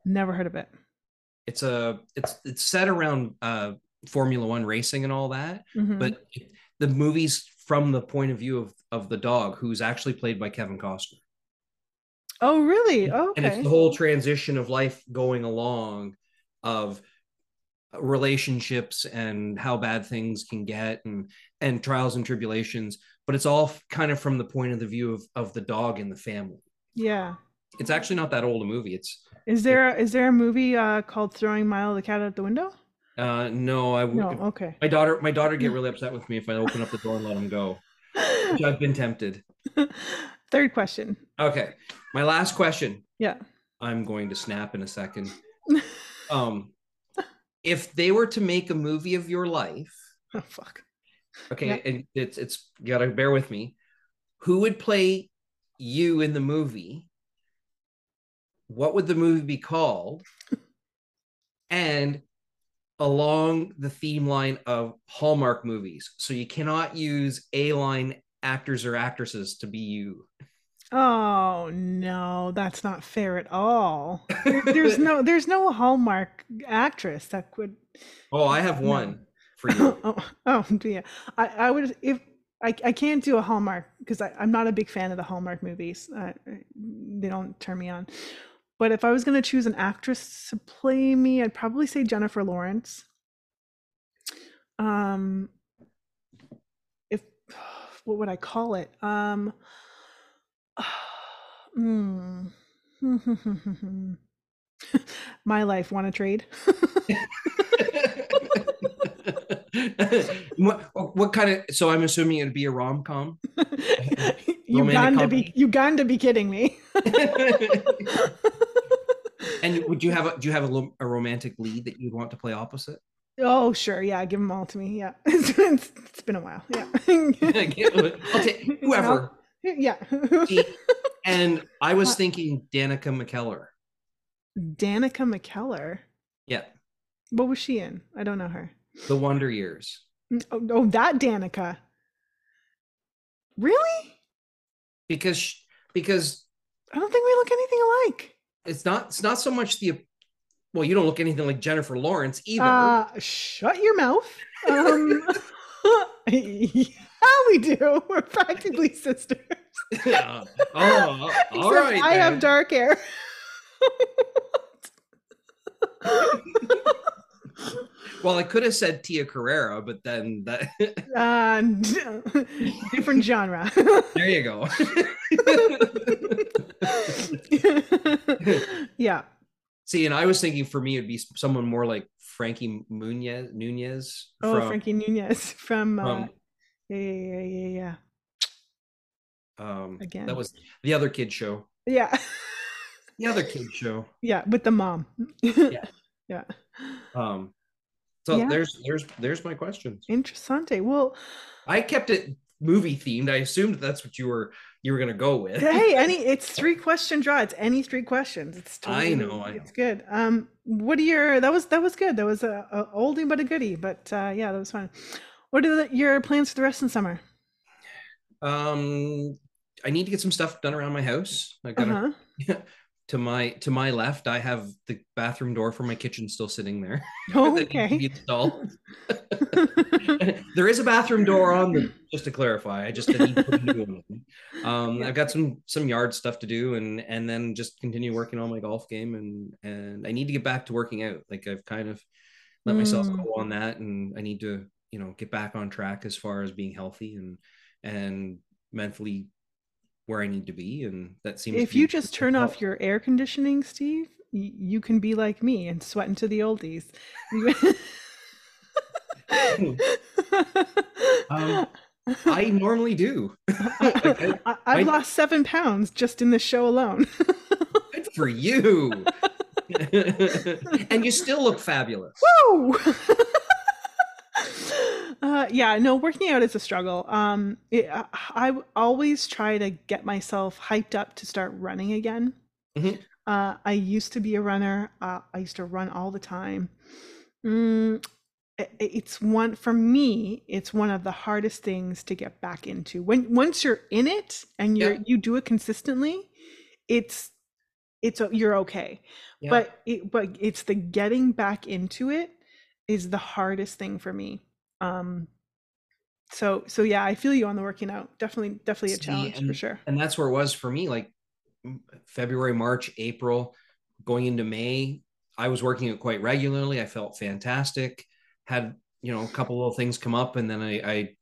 Speaker 1: Never heard of it.
Speaker 2: it's a it's it's set around uh formula one racing and all that
Speaker 1: Mhm.
Speaker 2: but it- the movies from the point of view of of the dog who's actually played by kevin costner
Speaker 1: Oh, really? Oh,
Speaker 2: and it's
Speaker 1: okay.
Speaker 2: the whole transition of life going along of relationships and how bad things can get and and trials and tribulations but it's all f- kind of from the point of the view of of the dog and the family
Speaker 1: yeah.
Speaker 2: it's actually not that old a movie it's
Speaker 1: Is there a, is there a movie uh, called Throwing Milo the Cat Out the Window?
Speaker 2: uh no i w-
Speaker 1: No. Okay. <laughs>
Speaker 2: my daughter my daughter get really upset with me if i open up the door and let him go which i've been tempted
Speaker 1: Third question.
Speaker 2: okay my last question
Speaker 1: Yeah.
Speaker 2: i'm going to snap in a second um if they were to make a movie of your life
Speaker 1: Oh fuck.
Speaker 2: Okay,
Speaker 1: Yeah.
Speaker 2: and it's it's you gotta bear with me. Who would play you in the movie? What would the movie be called? And along the theme line of Hallmark movies. So you cannot use A-line actors or actresses to be you.
Speaker 1: Oh no, that's not fair at all. There-
Speaker 2: <laughs>
Speaker 1: There's no there's no Hallmark actress that could.
Speaker 2: Oh, I have
Speaker 1: No.
Speaker 2: one
Speaker 1: <laughs>
Speaker 2: for you. <laughs>
Speaker 1: oh, oh yeah. I, I would if I, I can't do a Hallmark because I'm not a big fan of the Hallmark movies. Uh, they don't turn me on. But if I was going to choose an actress to play me, I'd probably say Jennifer Lawrence. Um, <sighs> if what would I call it? Um, Mm. <laughs> My life, want to trade?
Speaker 2: what, what kind of? So I'm assuming it'd be a rom <laughs> com.
Speaker 1: <laughs> you
Speaker 2: Romantic
Speaker 1: gotta be,
Speaker 2: comedy.
Speaker 1: you gotta be kidding me.
Speaker 2: and would you have a, do you have a, lo- a romantic lead that you'd want to play opposite?
Speaker 1: <laughs>
Speaker 2: <laughs>
Speaker 1: oh, sure, yeah, give them all to me. Yeah, <laughs> it's, it's, it's been a while. Yeah,
Speaker 2: I'll take whoever.
Speaker 1: <laughs> yeah. <laughs>
Speaker 2: <laughs> And I was thinking Danica McKellar.
Speaker 1: Danica McKellar.
Speaker 2: Yeah,
Speaker 1: What was she in? I don't know her.
Speaker 2: The Wonder Years.
Speaker 1: Mm, Oh, oh that Danica. Really?
Speaker 2: Because sh because
Speaker 1: I don't think we look anything alike.
Speaker 2: it's not it's not so much the well you don't look anything like Jennifer Lawrence either. <laughs>
Speaker 1: Uh, shut your mouth. Um, <laughs> yeah, we do. We're practically sisters.
Speaker 2: oh,
Speaker 1: <laughs>
Speaker 2: all
Speaker 1: Except
Speaker 2: right.
Speaker 1: I have
Speaker 2: then.
Speaker 1: dark hair.
Speaker 2: Well, I could have said Tia Carrera, but then that <laughs>
Speaker 1: Uh, <laughs> d- different genre. <laughs>
Speaker 2: there you go. <laughs>
Speaker 1: yeah.
Speaker 2: See, and I was thinking for me it'd be someone more like Frankie Munez Nunez
Speaker 1: Oh,
Speaker 2: from,
Speaker 1: Frankie Nunez from. Uh,
Speaker 2: from
Speaker 1: yeah, yeah, yeah, yeah, yeah.
Speaker 2: um
Speaker 1: again.
Speaker 2: that was the other kid show.
Speaker 1: Yeah. <laughs>
Speaker 2: The other kid show.
Speaker 1: Yeah, with the mom.
Speaker 2: Yeah.
Speaker 1: yeah.
Speaker 2: Um so
Speaker 1: Yeah.
Speaker 2: there's there's there's my questions.
Speaker 1: Interessante.
Speaker 2: <laughs>
Speaker 1: Well,
Speaker 2: I kept it movie themed. I assumed that's what you were you were gonna go with.
Speaker 1: hey, any it's three question draw. It's any three questions. It's
Speaker 2: I
Speaker 1: totally,
Speaker 2: know, I
Speaker 1: it's good. Um, what are your that was that was good. That was a, a oldie but a goodie. But uh, yeah, that was fun. What are the, your plans for the rest of the summer?
Speaker 2: Um I need to get some stuff done around my house. I gotta
Speaker 1: Uh-huh.
Speaker 2: to my to my left, I have the bathroom door for my kitchen still sitting there. <laughs>
Speaker 1: Oh,
Speaker 2: that needs to
Speaker 1: <laughs>
Speaker 2: be
Speaker 1: okay.
Speaker 2: installed.
Speaker 1: <laughs>
Speaker 2: there is a bathroom door on the just to clarify i just I need to put a new one in. um
Speaker 1: Yeah.
Speaker 2: i've got some some yard stuff to do and and then just continue working on my golf game and and i need to get back to working out like i've kind of let myself
Speaker 1: Mm.
Speaker 2: go on that and i need to you know get back on track as far as being healthy and and mentally where i need to be and that seems
Speaker 1: if
Speaker 2: to be-
Speaker 1: you just turn off your air conditioning, Steve, y- you can be like me and sweat into the oldies. <laughs>
Speaker 2: <laughs> Um, i normally do <laughs>
Speaker 1: I, I, I've
Speaker 2: I-
Speaker 1: lost seven pounds just in this show alone.
Speaker 2: good
Speaker 1: <laughs>
Speaker 2: for you <laughs> and you still look fabulous
Speaker 1: Woo! <laughs> uh, yeah, no, working out is a struggle. Um, it, I, I w- always try to get myself hyped up to start running again.
Speaker 2: Mhm.
Speaker 1: Uh, I used to be a runner. Uh, I used to run all the time. Mm, i- i- it's one for me. It's one of the hardest things to get back into. When once you're in it and you are
Speaker 2: Yeah.
Speaker 1: you do it consistently, it's it's o- you're okay
Speaker 2: Yeah.
Speaker 1: but it, but it's the getting back into it is the hardest thing for me um so so yeah i feel you on the working out definitely definitely a
Speaker 2: See,
Speaker 1: challenge for
Speaker 2: and-
Speaker 1: sure
Speaker 2: and that's where it was for me like m- february march april going into may i was working it quite regularly i felt fantastic had you know a couple little things come up and then i i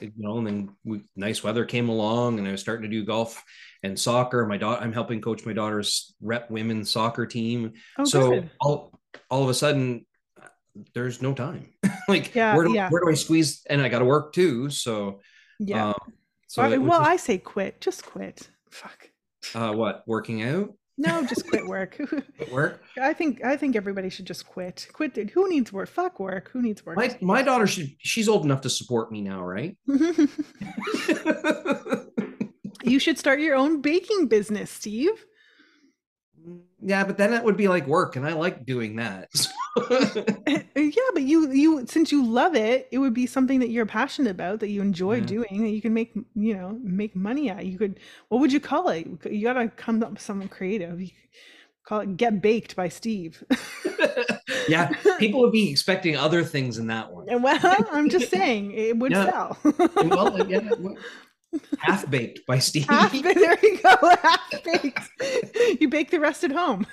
Speaker 2: you know and then we, nice weather came along and i was starting to do golf and soccer my daughter i'm helping coach my daughter's rep women's soccer team
Speaker 1: oh
Speaker 2: so
Speaker 1: good
Speaker 2: all all of a sudden uh, there's no time <laughs> like
Speaker 1: Yeah,
Speaker 2: where, do,
Speaker 1: yeah.
Speaker 2: where do i squeeze and i gotta work too so
Speaker 1: yeah
Speaker 2: um, so
Speaker 1: Or-
Speaker 2: it was
Speaker 1: well
Speaker 2: just-
Speaker 1: i say quit just quit fuck
Speaker 2: uh, what working out
Speaker 1: no just quit work <laughs>
Speaker 2: at work.
Speaker 1: i think i think everybody should just quit quit it. who needs work fuck work who needs work
Speaker 2: My my daughter should she's old enough to support me now, right?
Speaker 1: <laughs> you should start your own baking business steve
Speaker 2: yeah, but then that would be like work, and I like doing that. <laughs>
Speaker 1: Uh, <laughs> Yeah, but you you since you love it, it would be something that you're passionate about that you enjoy
Speaker 2: Yeah.
Speaker 1: doing that you can make m- you know make money at. You could what would you call it? You c- You gotta come up with something creative. You could call it "Get Baked" by Steve. <laughs>
Speaker 2: yeah, people would be expecting other things in that one.
Speaker 1: And well, <laughs> I'm
Speaker 2: <laughs>
Speaker 1: just saying it would
Speaker 2: Yeah.
Speaker 1: sell.
Speaker 2: Well, yeah, half baked by Steve.
Speaker 1: <laughs> Half,
Speaker 2: <laughs>
Speaker 1: there you go, <laughs> half baked. You bake the rest at home.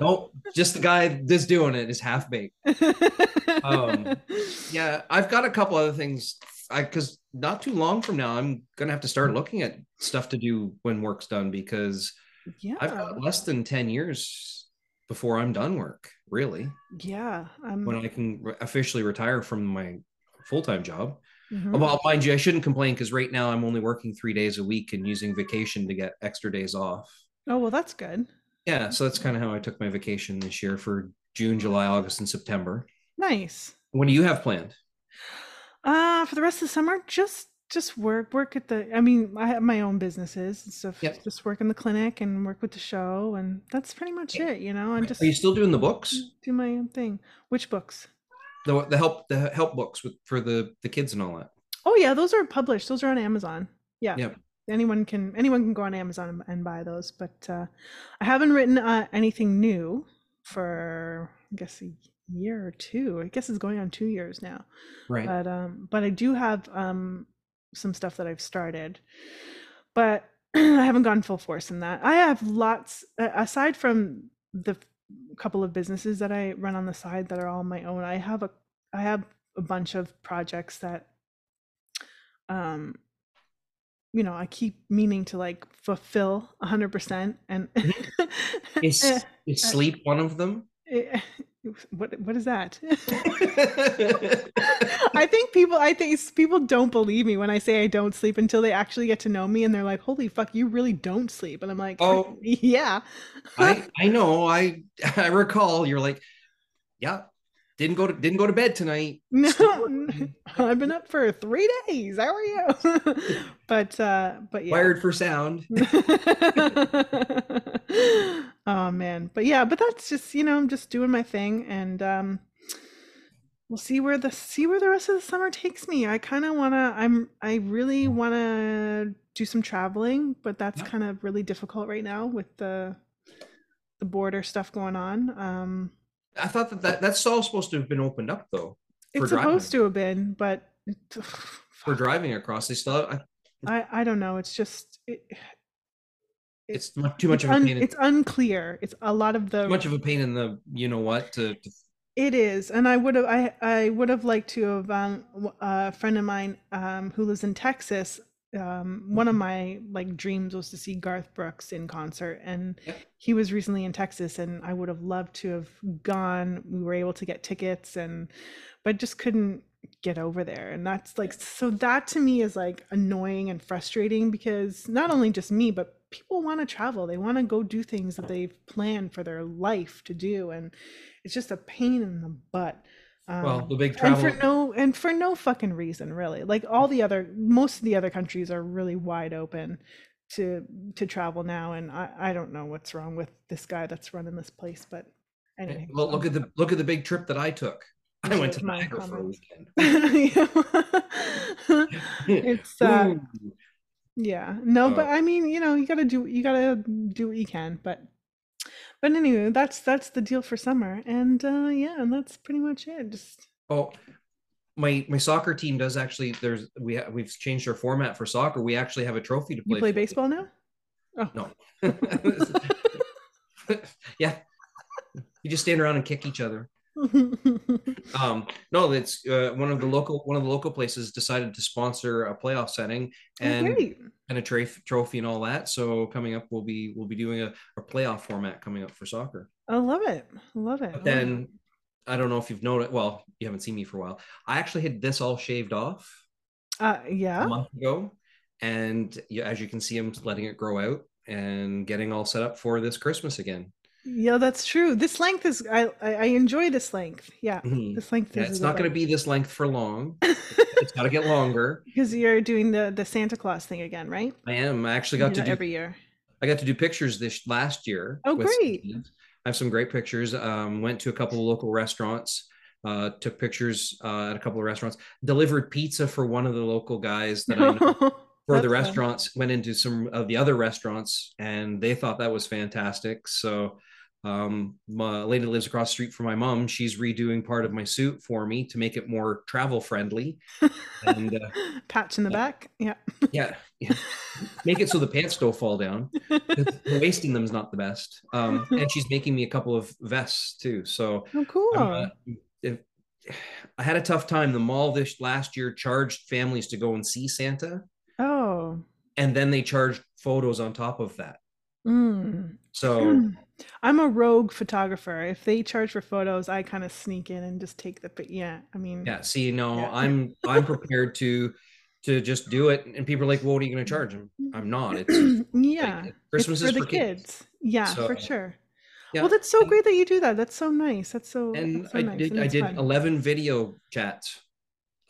Speaker 2: no, just the guy that's doing it is half baked. Um, Yeah, I've got a couple other things I because not too long from now, I'm gonna have to start looking at stuff to do when work's done because
Speaker 1: <laughs> Yeah.
Speaker 2: I've got less than ten years before I'm done work. Really,
Speaker 1: yeah. um, I'm,
Speaker 2: when I can re- officially retire from my full time job.
Speaker 1: mhm.
Speaker 2: Well, mind you, I shouldn't complain because right now I'm only working three days a week and using vacation to get extra days off.
Speaker 1: Oh, well, that's good.
Speaker 2: Yeah, so that's kind of how I took my vacation this year for June, July, August, and September.
Speaker 1: Nice.
Speaker 2: What do you have planned?
Speaker 1: Uh, for the rest of the summer, just just work, work at the. I mean, I have my own businesses and stuff.
Speaker 2: Yep.
Speaker 1: Just work in the clinic and work with the show, and that's pretty much
Speaker 2: Yeah.
Speaker 1: it. You know, and just
Speaker 2: Are you still doing the books?
Speaker 1: do my own thing. Which books?
Speaker 2: The, the help the help books with for the the kids and all that.
Speaker 1: Oh yeah, those are published. Those are on Amazon. Yeah.
Speaker 2: Yep.
Speaker 1: Anyone can anyone can go on Amazon and, and buy those. But uh, I haven't written uh, anything new for I guess a year or two. I guess it's going on two years now.
Speaker 2: Right.
Speaker 1: But um, but I do have um some stuff that I've started, but <clears throat> I haven't gone full force in that. I have lots a- aside from the f- couple of businesses that I run on the side that are all my own. I have a I have a bunch of projects that um you know, I keep meaning to like fulfill 100% and <laughs>
Speaker 2: is
Speaker 1: eh,
Speaker 2: is
Speaker 1: uh,
Speaker 2: sleep one of them? <laughs>
Speaker 1: eh, what what is that? <laughs>
Speaker 2: yeah.
Speaker 1: I think people I think it's- people don't believe me when I say I don't sleep until they actually get to know me and they're like, "Holy fuck, you really don't sleep." And I'm like,
Speaker 2: Oh.
Speaker 1: <laughs> yeah.
Speaker 2: I I know. I <laughs> I recall you're like, yeah, didn't go to didn't go to bed tonight.
Speaker 1: <laughs> No,
Speaker 2: Still
Speaker 1: n- <laughs> I've been up for 3 days. How are you?" <laughs> but uh but yeah.
Speaker 2: Wired for sound.
Speaker 1: <laughs> oh man but yeah but that's just you know i'm just doing my thing and um we'll see where the see where the rest of the summer takes me i kind of want to i'm i really want to do some traveling but that's
Speaker 2: Yeah.
Speaker 1: kind of really difficult right now with the the border stuff going on um
Speaker 2: I thought that, that that's all supposed to have been opened up though For
Speaker 1: it's supposed to have been but
Speaker 2: for driving across. They still I,
Speaker 1: <sighs> i i don't know it's just it,
Speaker 2: it's not too much
Speaker 1: it's
Speaker 2: of a
Speaker 1: un-
Speaker 2: pain. In,
Speaker 1: it's unclear it's a lot of the
Speaker 2: too much of a pain in the you know what to, to
Speaker 1: It is, and I would have I I would have liked to have um w- a friend of mine um who lives in Texas. Um, one of my like dreams was to see Garth Brooks in concert, and
Speaker 2: Yep.
Speaker 1: he was recently in Texas, and I would have loved to have gone. We were able to get tickets, and but just couldn't get over there, and that's like so that to me is like annoying and frustrating because not only just me, but people want to travel. They want to go do things that they've planned for their life to do, and it's just a pain in the butt. Um,
Speaker 2: well the big
Speaker 1: and for
Speaker 2: travel.
Speaker 1: no and for no fucking reason, really. Like all the other, most of the other countries are really wide open to to travel now, and I I don't know what's wrong with this guy that's running this place, but anyway.
Speaker 2: Eh, Well,
Speaker 1: <laughs>
Speaker 2: look at the look at the big trip that I took. I
Speaker 1: Those
Speaker 2: went
Speaker 1: are
Speaker 2: to
Speaker 1: my
Speaker 2: Niagara for a
Speaker 1: comments.
Speaker 2: weekend. <laughs>
Speaker 1: it's uh
Speaker 2: Ooh.
Speaker 1: yeah no but
Speaker 2: Uh,
Speaker 1: i mean you know you gotta do you gotta do what you can but but anyway that's that's the deal for summer and uh yeah and that's pretty much it just
Speaker 2: Oh, my my soccer team does actually. There's we ha- we've changed our format for soccer. We actually have a trophy to
Speaker 1: you
Speaker 2: play.
Speaker 1: play
Speaker 2: for.
Speaker 1: baseball now
Speaker 2: <laughs>
Speaker 1: <laughs>
Speaker 2: yeah, you just stand around and kick each other.
Speaker 1: oh
Speaker 2: Um, no, it's uh, one of the local one of the local places decided to sponsor a playoff setting and
Speaker 1: Oh, great
Speaker 2: and a tra- trophy and all that. So coming up, we'll be we'll be doing a, a playoff format coming up for soccer.
Speaker 1: i love it I love it I love
Speaker 2: But
Speaker 1: it.
Speaker 2: then I don't know if you've noticed. Well, you haven't seen me for a while. I actually had this all shaved off
Speaker 1: uh
Speaker 2: a
Speaker 1: yeah
Speaker 2: month ago, and yeah, as you can see, I'm letting it grow out and getting all set up for this Christmas again.
Speaker 1: yeah that's true this length is i i, I enjoy this length yeah
Speaker 2: Mhm.
Speaker 1: this length
Speaker 2: Yeah,
Speaker 1: is
Speaker 2: it's not going to be this length for long. It's got to get longer.
Speaker 1: <laughs> because you're doing the the santa claus thing again right
Speaker 2: I am. I actually
Speaker 1: You
Speaker 2: got
Speaker 1: do
Speaker 2: to
Speaker 1: that
Speaker 2: do.
Speaker 1: every year
Speaker 2: I got to do pictures this last year.
Speaker 1: Oh,
Speaker 2: with some
Speaker 1: great.
Speaker 2: kids. I have some great pictures. Um, went to a couple of local restaurants. Uh, took pictures uh, at a couple of restaurants. Delivered pizza for one of the local guys <laughs> that
Speaker 1: <laughs>
Speaker 2: I know. for the
Speaker 1: That's fun.
Speaker 2: restaurants went into some of the other restaurants and they thought that was fantastic so um my lady lives across the street from my mom she's redoing part of my suit for me to make it more travel
Speaker 1: <laughs>
Speaker 2: friendly and uh,
Speaker 1: patch in the back
Speaker 2: <laughs>
Speaker 1: yeah
Speaker 2: yeah, yeah. make it so the pants don't fall down 'cause wasting them is not the best um and she's making me a couple of vests too so
Speaker 1: Oh, cool.
Speaker 2: I'm, uh, if, I had a tough time. The mall this last year charged families to go and see Santa,
Speaker 1: Oh.
Speaker 2: and then they charged photos on top of that.
Speaker 1: Mm.
Speaker 2: So
Speaker 1: <clears throat> I'm a rogue photographer. If they charge for photos, I kind of sneak in and just take the. But yeah, I mean,
Speaker 2: yeah, see, no,
Speaker 1: Yeah.
Speaker 2: I'm I'm prepared to to just do it. And people are like, well, "What are you going to charge?" I'm, I'm not.
Speaker 1: <clears throat>
Speaker 2: It's like, uh,
Speaker 1: yeah. It's
Speaker 2: Christmas is for kids.
Speaker 1: Yeah, for
Speaker 2: So,
Speaker 1: sure.
Speaker 2: yeah,
Speaker 1: Well, that's so
Speaker 2: and-
Speaker 1: great that you do that. That's so nice. That's so.
Speaker 2: And
Speaker 1: that's so
Speaker 2: I
Speaker 1: nice,
Speaker 2: did
Speaker 1: and
Speaker 2: I
Speaker 1: it's <laughs>
Speaker 2: did
Speaker 1: fun.
Speaker 2: 11 video chats.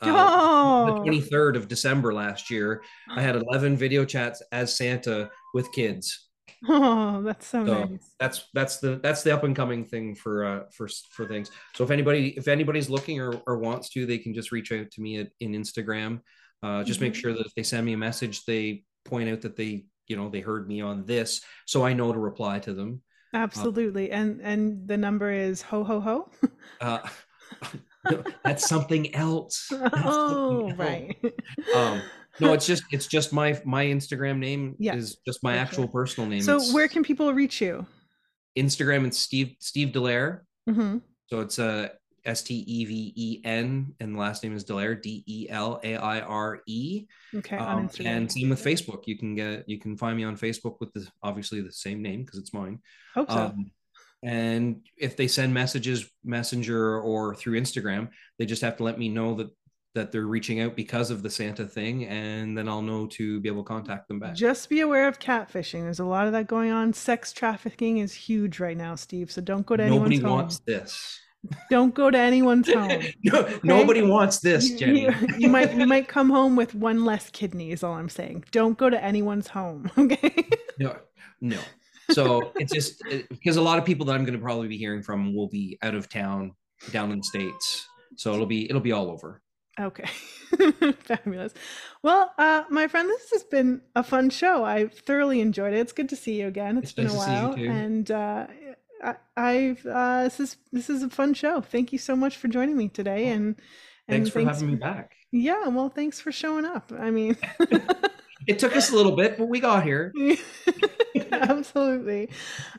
Speaker 2: uh, the
Speaker 1: oh,
Speaker 2: 23rd of December last year, I had 11 video chats as Santa with kids.
Speaker 1: <laughs> oh, that's so,
Speaker 2: So, uh,
Speaker 1: nice.
Speaker 2: That's that's the that's the up and coming thing for uh for for things. So if anybody if anybody's looking or, or wants to, they can just reach out to me at, in Instagram. Uh, just make
Speaker 1: Mhm.
Speaker 2: sure that if they send me a message, they point out that they you know they heard me on this, so I know to reply to them.
Speaker 1: Absolutely. And and the number is ho ho ho.
Speaker 2: <laughs> Uh, no,
Speaker 1: <laughs>
Speaker 2: that's something else. That's something
Speaker 1: oh,
Speaker 2: else.
Speaker 1: right.
Speaker 2: Um, No, it's just it's just my my Instagram name
Speaker 1: Yeah,
Speaker 2: is just my
Speaker 1: for
Speaker 2: actual
Speaker 1: sure.
Speaker 2: personal
Speaker 1: <laughs>
Speaker 2: name.
Speaker 1: so
Speaker 2: It's-
Speaker 1: where can people reach you?
Speaker 2: Instagram it's Steve Steve Delaire.
Speaker 1: hmm
Speaker 2: So it's uh S T E V E N and the last name is Delaire D E L A I R E.
Speaker 1: Okay, on
Speaker 2: Um,
Speaker 1: Instagram.
Speaker 2: and same with Facebook. You can get you can find me on Facebook with the obviously the same name because it's mine.
Speaker 1: Hope so.
Speaker 2: Um, and if they send messages messenger or through Instagram, they just have to let me know that that they're reaching out because of the Santa thing, and then I'll know to be able to contact them back.
Speaker 1: Just be aware of catfishing. There's a lot of that going on. Sex trafficking is huge right now, Steve. So don't go to
Speaker 2: Nobody
Speaker 1: anyone's
Speaker 2: wants
Speaker 1: home.
Speaker 2: this. <laughs>
Speaker 1: Don't go to anyone's home.
Speaker 2: No, Nobody wants this,
Speaker 1: You-
Speaker 2: Jenny.
Speaker 1: You, you might you might come home with one less kidney is all I'm saying. Don't go to anyone's home, <laughs> okay?
Speaker 2: No, no. So it's just it- because a lot of people that I'm going to probably be hearing from will be out of town, down in the states. So it'll be it'll be all over.
Speaker 1: Okay. <laughs> Fabulous. Well, uh, my friend, this has been a fun show. I thoroughly enjoyed it. It's good to see you again.
Speaker 2: It's
Speaker 1: it's been a
Speaker 2: nice to see you
Speaker 1: while,
Speaker 2: too.
Speaker 1: and uh, I, I've uh, this is this is a fun show. Thank you so much for joining me today,
Speaker 2: Oh,
Speaker 1: and and
Speaker 2: Thanks for having me back.
Speaker 1: Yeah, well, thanks for showing up. I mean,
Speaker 2: It took us a little bit, but we got here.
Speaker 1: <laughs> Absolutely.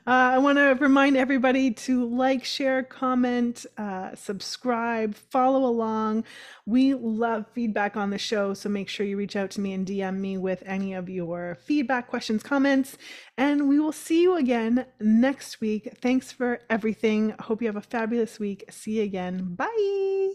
Speaker 1: Uh, I want to remind everybody to like, share, comment, uh, subscribe, follow along. We love feedback on the show, so make sure you reach out to me and DM me with any of your feedback, questions, comments, and we will see you again next week. Thanks for everything. Hope you have a fabulous week. See you again. Bye.